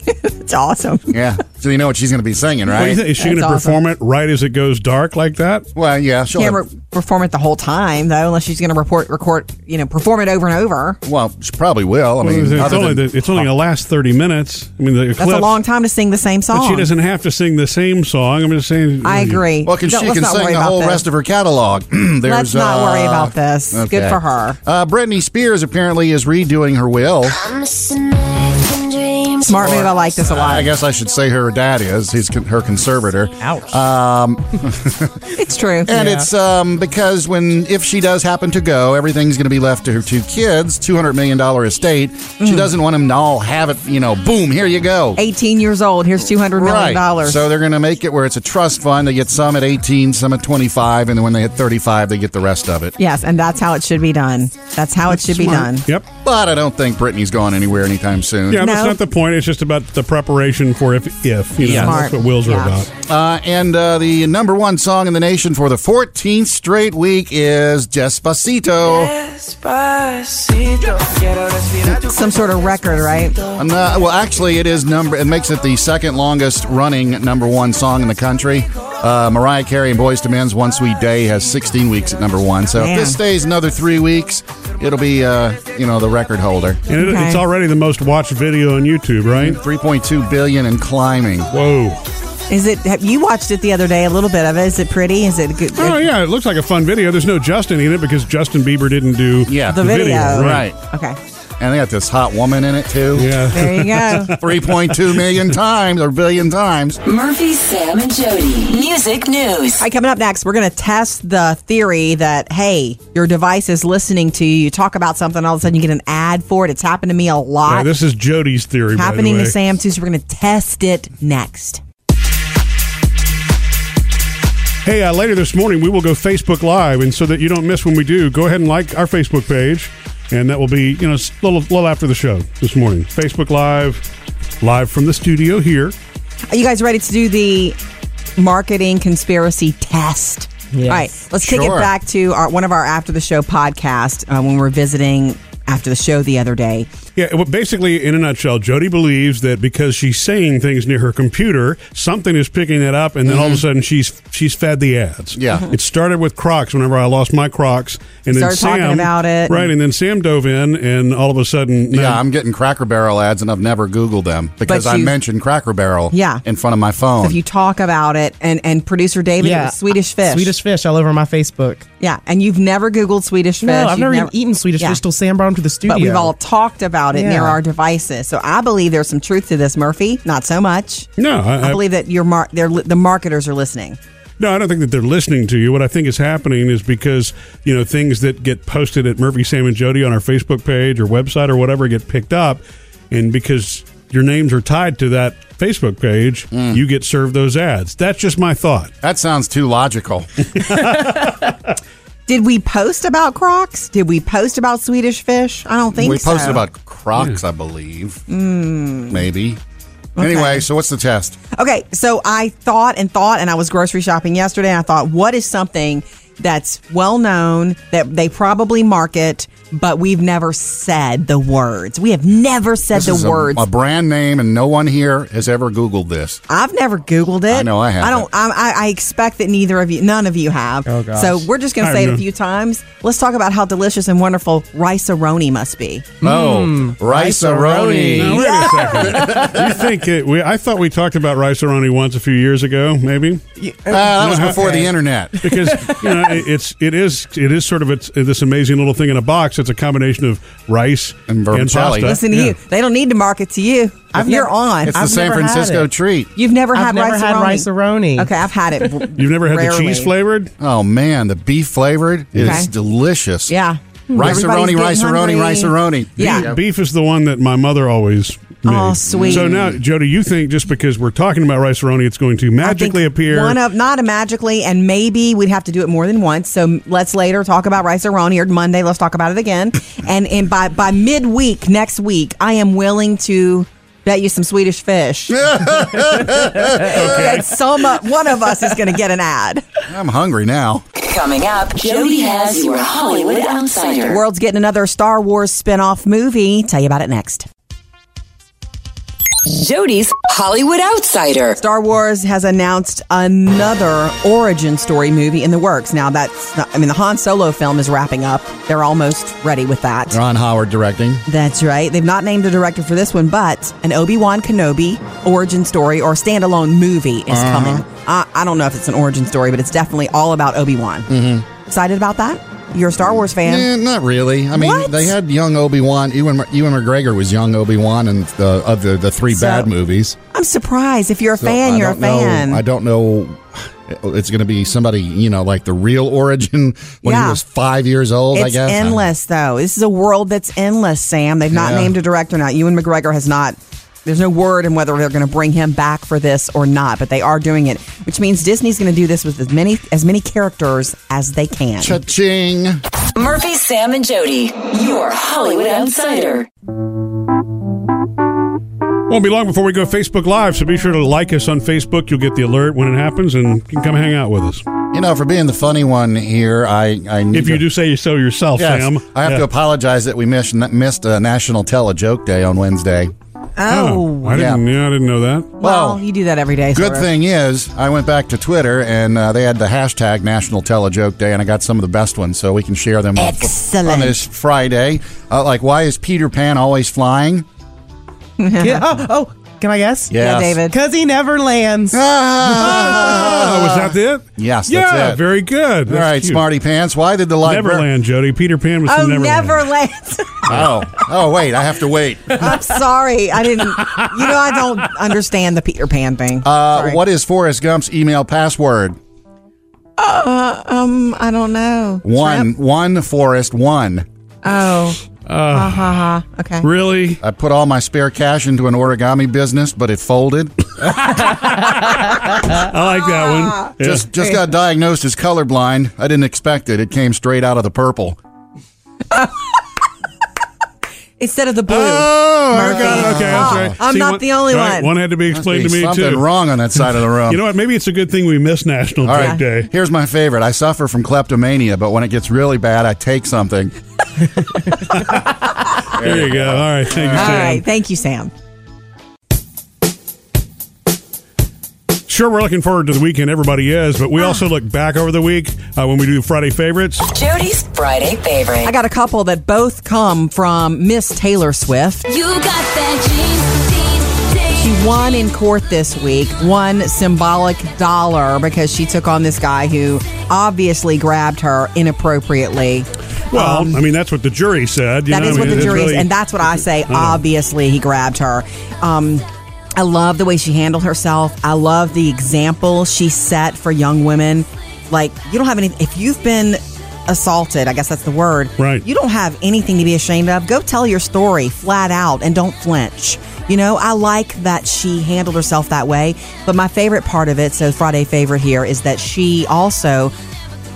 Speaker 3: It's awesome.
Speaker 4: Yeah. So you know what she's going to be singing,
Speaker 2: What do you
Speaker 4: right?
Speaker 2: think? Is she going to perform it right as it goes dark like that?
Speaker 4: Well, yeah, she'll
Speaker 3: Can't
Speaker 4: have-
Speaker 3: re- perform it the whole time though, unless she's going to report, record, you know, perform it over and over.
Speaker 4: Well, she probably will. I
Speaker 2: Well,
Speaker 4: mean,
Speaker 2: it's,
Speaker 4: other
Speaker 2: only
Speaker 4: than-
Speaker 2: the, it's only gonna last thirty minutes. I mean, the
Speaker 3: That's a
Speaker 2: eclipse-
Speaker 3: long time to sing the same song.
Speaker 2: But she doesn't have to sing the same song. I'm just saying.
Speaker 3: I agree.
Speaker 4: Well, can
Speaker 3: Don't-
Speaker 4: she
Speaker 3: let's
Speaker 4: can
Speaker 3: not
Speaker 4: sing
Speaker 3: worry
Speaker 4: the
Speaker 3: about
Speaker 4: whole
Speaker 3: this.
Speaker 4: rest of her catalog. There's,
Speaker 3: Let's not worry
Speaker 4: uh,
Speaker 3: about this. Good
Speaker 4: okay.
Speaker 3: for her.
Speaker 4: Uh, Britney Spears apparently is redoing her will.
Speaker 3: Smart move. I like this a lot.
Speaker 4: I guess I should say her dad is. He's con- her conservator. Ouch.
Speaker 3: uh,
Speaker 4: Um,
Speaker 3: It's true.
Speaker 4: And it's um, because when if she does happen to go, everything's going to be left to her two kids, two hundred million dollar estate.
Speaker 3: Mm.
Speaker 4: She doesn't want them to all have it. You know, boom, here you go.
Speaker 3: 18 years old. Here's 200 million dollars.
Speaker 4: So they're going to make it where it's a trust fund. They get some at eighteen, some at twenty five, and then when they hit thirty five, they get the rest of it.
Speaker 3: yes, and that's how it should be done. That's how it should be done.
Speaker 2: Yep.
Speaker 4: But I don't think Britney's going anywhere anytime soon.
Speaker 2: Yeah, that's
Speaker 3: No.
Speaker 2: not the point. It's just about the preparation for if if you know
Speaker 4: Yeah.
Speaker 2: that's what wills are
Speaker 4: Yeah.
Speaker 2: about.
Speaker 4: Uh, and uh, the number one song in the nation for the 14th straight week is Despacito.
Speaker 3: Some sort of record, right?
Speaker 4: Um, uh, well, actually, it is number. It makes it the second longest running number one song in the country. Uh, Mariah Carey and Boys to Men's "One Sweet Day" has 16 weeks at number one. So
Speaker 2: Man.
Speaker 4: if this stays another three weeks, it'll be uh, you know the record holder.
Speaker 2: And it, it's already the most watched video on YouTube, right?
Speaker 4: 3.2 billion and climbing.
Speaker 2: Whoa.
Speaker 3: Is it? Have, you watched it the other day. A little bit of it. Is it pretty? Is it good?
Speaker 2: Oh yeah, it looks like a fun video. There's no Justin in it because Justin Bieber didn't do
Speaker 4: Yeah,
Speaker 3: The video.
Speaker 4: right?
Speaker 3: Okay.
Speaker 4: And they got this hot woman in it too.
Speaker 2: Yeah,
Speaker 3: There you go.
Speaker 4: 3.2 million times or billion times.
Speaker 6: Murphy, Sam, and Jody. Music news.
Speaker 3: All right, coming up next, we're going to test the theory that, hey, your device is listening to you. You talk about something, all of a sudden you get an ad for it. It's happened to me a lot.
Speaker 2: Yeah, this is Jody's theory. by the
Speaker 3: happening to
Speaker 2: way.
Speaker 3: Sam, too. So we're going to test it next.
Speaker 2: Hey, uh, later this morning, we will go Facebook Live. And so that you don't miss when we do, go ahead and like our Facebook page. And that will be, you know, s- little, little after the show this morning. Facebook Live, live from the studio here.
Speaker 3: Are you guys ready to do the marketing conspiracy test?
Speaker 2: Yes.
Speaker 3: All right, let's kick
Speaker 2: Sure.
Speaker 3: it back to our, one of our after the show podcast uh, when we were visiting after the show the other day.
Speaker 2: Yeah, well, basically, in a nutshell, Jody believes that because she's saying things near her computer, something is picking that up, and then all of a sudden she's she's fed the ads.
Speaker 4: Mm-hmm. Yeah. Mhm.
Speaker 2: it started with Crocs. Whenever I lost my Crocs, and then
Speaker 3: Uh-huh. Started talking
Speaker 2: Sam
Speaker 3: about it.
Speaker 2: right, and then Sam dove in, and all of a sudden,
Speaker 4: Yeah, I'm getting Cracker Barrel ads, and I've never Googled them because I
Speaker 3: you-
Speaker 4: mentioned Cracker Barrel
Speaker 3: Yeah.
Speaker 4: in front of my
Speaker 3: So
Speaker 4: phone.
Speaker 3: if you talk about it, and, and producer David, it
Speaker 5: Yeah.
Speaker 3: was Swedish fish.
Speaker 5: Swedish fish all over my Facebook.
Speaker 3: Yeah, and you've never Googled Swedish fish.
Speaker 5: No, I've
Speaker 3: You've
Speaker 5: never, even eaten Swedish
Speaker 3: Yeah.
Speaker 5: fish till Sam brought them to the studio.
Speaker 3: But we've all talked about it
Speaker 5: Yeah.
Speaker 3: near our devices. So I believe there's some truth to this, Murphy. Not so much.
Speaker 2: No, I-
Speaker 3: I,
Speaker 2: I-
Speaker 3: believe that your mar- they're, the marketers are listening.
Speaker 2: No, I don't think that they're listening to you. What I think is happening is because, you know, things that get posted at Murphy, Sam, and Jody on our Facebook page or website or whatever get picked up. And because your names are tied to that Facebook page, you get served those ads. That's just my thought.
Speaker 4: That sounds too logical.
Speaker 3: Did we post about Crocs? Did we post about Swedish fish? I don't think
Speaker 4: we
Speaker 3: so.
Speaker 4: posted about Crocs, I believe.
Speaker 3: Mm.
Speaker 4: Maybe.
Speaker 3: Okay.
Speaker 4: Anyway, so what's the test?
Speaker 3: Okay, so I thought and thought, and I was grocery shopping yesterday, and I thought, what is something that's well known that they probably market, but we've never said the words? We have never said
Speaker 4: This is
Speaker 3: the
Speaker 4: a,
Speaker 3: words.
Speaker 4: a brand name, and no one here has ever Googled this.
Speaker 3: I've never Googled it.
Speaker 4: I know I haven't.
Speaker 3: I don't. I, I- I expect that neither of you, none of you have.
Speaker 4: Oh, gosh.
Speaker 3: so we're just going
Speaker 4: I
Speaker 3: to say it a
Speaker 4: haven't.
Speaker 3: few times. Let's talk about how delicious and wonderful rice aroni must be.
Speaker 4: Oh, rice-a-roni.
Speaker 2: Now, wait a second. you think it, we, I thought we talked about rice aroni once a few years ago, maybe?
Speaker 4: Ah, that
Speaker 2: No,
Speaker 4: was
Speaker 2: how-
Speaker 4: before the internet.
Speaker 2: because you know it- it's it is it is sort of it's, this amazing little thing in a box. It's a combination of rice and,
Speaker 4: vermicelli.
Speaker 2: pasta.
Speaker 3: Listen to
Speaker 2: Yeah.
Speaker 3: you. They don't need to market to you.
Speaker 5: I've
Speaker 3: You're
Speaker 5: never-
Speaker 3: on.
Speaker 5: It's the I've San never had Francisco it.
Speaker 4: treat.
Speaker 3: You've never
Speaker 5: I've
Speaker 3: had
Speaker 5: never
Speaker 3: rice
Speaker 5: had rice-a-roni.
Speaker 3: Okay, I've had it.
Speaker 4: You've
Speaker 2: never
Speaker 3: had the Rarely. cheese
Speaker 2: flavored?
Speaker 4: Oh man, the beef flavored is
Speaker 3: Okay.
Speaker 4: delicious.
Speaker 3: Yeah. Hmm,
Speaker 4: Rice-a-roni,
Speaker 3: Everybody's getting
Speaker 4: rice-a-roni,
Speaker 3: hungry.
Speaker 4: rice-a-roni.
Speaker 3: Yeah.
Speaker 2: Beef- Beef is the one that my mother always made.
Speaker 3: Oh, sweet.
Speaker 2: So now, Jody, you think just because we're talking about rice roni, it's going to magically appear?
Speaker 3: One of not a magically, and maybe we'd have to do it more than once. So let's later talk about rice aroni or Monday. Let's talk about it again. and and by by midweek next week, I am willing to bet you some Swedish fish. That some uh, one of us is going to get an ad.
Speaker 4: I'm hungry now.
Speaker 6: Coming up, Jody has your Hollywood Outsider.
Speaker 3: World's getting another Star Wars spin-off movie. Tell you about it next.
Speaker 6: Jody's Hollywood Outsider.
Speaker 3: Star Wars has announced another origin story movie in the works. Now that's not, I mean the Han Solo film is wrapping up. They're almost ready with that.
Speaker 4: Ron Howard directing.
Speaker 3: That's right. They've not named a director for this one, but an Obi Wan Kenobi origin story or standalone movie is
Speaker 4: Uh-huh.
Speaker 3: coming. I, I don't know if it's an origin story, but it's definitely all about Obi Wan. Mm-hmm. Excited about that? You're a Star Wars fan.
Speaker 4: Eh, not really. I mean,
Speaker 3: What?
Speaker 4: they had young Obi Wan. Ewan, Ewan McGregor was young Obi Wan in the of the, the three
Speaker 3: So-
Speaker 4: bad movies.
Speaker 3: I'm surprised. If you're a
Speaker 4: So
Speaker 3: fan,
Speaker 4: I
Speaker 3: you're a
Speaker 4: don't know-
Speaker 3: fan.
Speaker 4: I don't know. It's going to be somebody you know, like the real origin when
Speaker 3: Yeah.
Speaker 4: he was five years old. I
Speaker 3: it's
Speaker 4: guess
Speaker 3: endless, though. This is a world that's endless, Sam. They've not
Speaker 4: Yeah.
Speaker 3: named a director now. Ewan McGregor has not. There's no word in whether they're going to bring him back for this or not, but they are doing it, which means Disney's going to do this with as many as many characters as they can.
Speaker 4: Cha-ching.
Speaker 6: Murphy, Sam, and Jody, your Hollywood Outsider.
Speaker 2: Won't be long before we go Facebook Live, so be sure to like us on Facebook. You'll get the alert when it happens, and you can come hang out with us.
Speaker 4: You know, for being the funny one here, I I need
Speaker 2: If you
Speaker 4: to-
Speaker 2: do say so yourself,
Speaker 4: Yes,
Speaker 2: Sam.
Speaker 4: I have
Speaker 2: Yeah.
Speaker 4: to apologize that we missed missed a National Tell a Joke Day on Wednesday.
Speaker 3: Oh,
Speaker 2: I didn't. Yeah, I didn't know that.
Speaker 3: well, you do that every day.
Speaker 4: Good
Speaker 3: sort of.
Speaker 4: thing is, I went back to Twitter and uh, they had the hashtag National Tell a Joke Day, and I got some of the best ones, so we can share them on-
Speaker 3: Excellent.
Speaker 4: on this Friday. Uh, like, why is Peter Pan always flying?
Speaker 5: Yeah, oh, oh, can I guess?
Speaker 4: Yeah, Yes. David.
Speaker 5: Because he never lands.
Speaker 4: Ah,
Speaker 2: Oh, was that it?
Speaker 4: Yes,
Speaker 2: yeah,
Speaker 4: that's it.
Speaker 2: very good.
Speaker 4: All right, Smarty Pants. Why did the light burn?
Speaker 2: Neverland, Jody? Peter Pan was
Speaker 3: Oh,
Speaker 2: from Neverland.
Speaker 3: Neverland.
Speaker 4: Oh, oh, wait, I have to wait. Uh,
Speaker 3: I'm sorry. I didn't. You know, I don't understand the Peter Pan thing.
Speaker 4: Uh,
Speaker 3: Sorry.
Speaker 4: what is Forrest Gump's email password?
Speaker 3: Uh, um, I don't know.
Speaker 4: One, Uh, one Forrest, one.
Speaker 3: Oh. ha ha ha. Okay.
Speaker 2: Really?
Speaker 4: I put all my spare cash into an origami business, but it folded.
Speaker 2: I like that
Speaker 3: Ah.
Speaker 2: one. Yeah.
Speaker 4: Just just got diagnosed as colorblind. I didn't expect it. It came straight out of the purple.
Speaker 3: Instead of the blue.
Speaker 4: Oh,
Speaker 2: I got it. Okay, that's right.
Speaker 3: Ah, I'm
Speaker 2: See,
Speaker 3: not
Speaker 2: one-
Speaker 3: the only
Speaker 2: right,
Speaker 3: one.
Speaker 2: One had to be
Speaker 4: Must be
Speaker 2: explained to me
Speaker 4: something
Speaker 2: too.
Speaker 4: wrong on that side of the room.
Speaker 2: You know what? Maybe it's a good thing we missed National
Speaker 4: All
Speaker 2: Drug
Speaker 4: right.
Speaker 2: Day.
Speaker 4: Here's my favorite. I suffer from kleptomania, but when it gets really bad, I take something.
Speaker 2: There you go. All right, thank you,
Speaker 3: All
Speaker 2: Sam.
Speaker 3: right. Thank you, Sam.
Speaker 2: Sure, we're looking forward to the weekend. Everybody is, but we
Speaker 3: Ah.
Speaker 2: also look back over the week uh, when we do Friday favorites.
Speaker 6: Jody's Friday favorite.
Speaker 3: I got a couple that both come from Miss Taylor Swift.
Speaker 13: You got that jeans, jeans, jeans.
Speaker 3: She won in court this week, one symbolic dollar because she took on this guy who obviously grabbed her inappropriately.
Speaker 2: Well, I mean that's what the jury said. You
Speaker 3: Um, That
Speaker 2: know,
Speaker 3: is
Speaker 2: I
Speaker 3: what
Speaker 2: mean,
Speaker 3: the
Speaker 2: it's uh-huh.
Speaker 3: jury
Speaker 2: really-
Speaker 3: is, and that's what I say.
Speaker 2: know.
Speaker 3: Obviously, he grabbed her. Um, I love the way she handled herself. I love the example she set for young women. Like, you don't have any. If you've been assaulted, I guess that's the word. Right. You don't have anything to be ashamed of. Go tell your story flat out and don't flinch. You know, I like that she handled herself that way. But my favorite part of it, so Friday favorite here, is that she also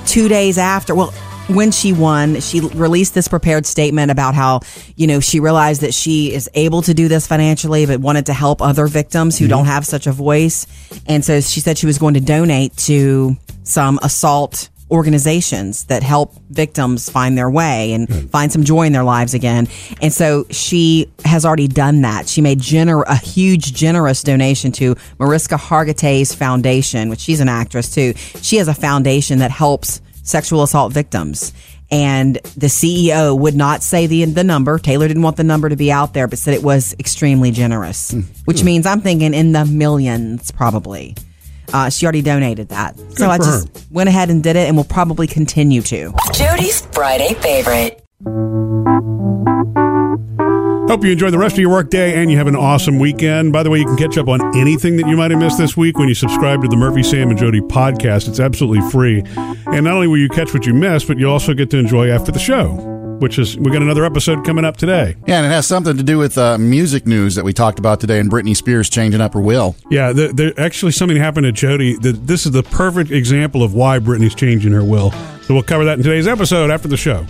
Speaker 3: two days after well when she won she released this prepared statement about how you know she realized that she is able to do this financially but wanted to help other victims who don't have such a voice and so she said she was going to donate to some assault organizations that help victims find their way and find some joy in their lives again and so she has already done that she made gener- a huge generous donation to mariska hargitay's foundation which she's an actress too she has a foundation that helps sexual assault victims. And the CEO would not say the the number. Taylor didn't want the number to be out there, but said it was extremely generous,
Speaker 6: Hmm.
Speaker 3: which means I'm thinking in the millions probably. Uh, she already donated that, so
Speaker 6: Good
Speaker 3: I
Speaker 6: for
Speaker 3: just went ahead and did it, and will probably continue to.
Speaker 6: Jody's Friday favorite.
Speaker 2: Hope you enjoy the rest of your workday and you have an awesome weekend. By the way, you can catch up on anything that you might have missed this week when you subscribe to the Murphy, Sam, and Jody podcast. It's absolutely free. And not only will you catch what you missed, but you also get to enjoy after the show, which is we got another episode coming up today.
Speaker 4: Yeah, and it has something to do with uh, music news that we talked about today and Britney Spears changing up her will.
Speaker 2: Yeah, there, there actually something happened to Jody. That this is the perfect example of why Britney's changing her will. So we'll cover that in today's episode after the show.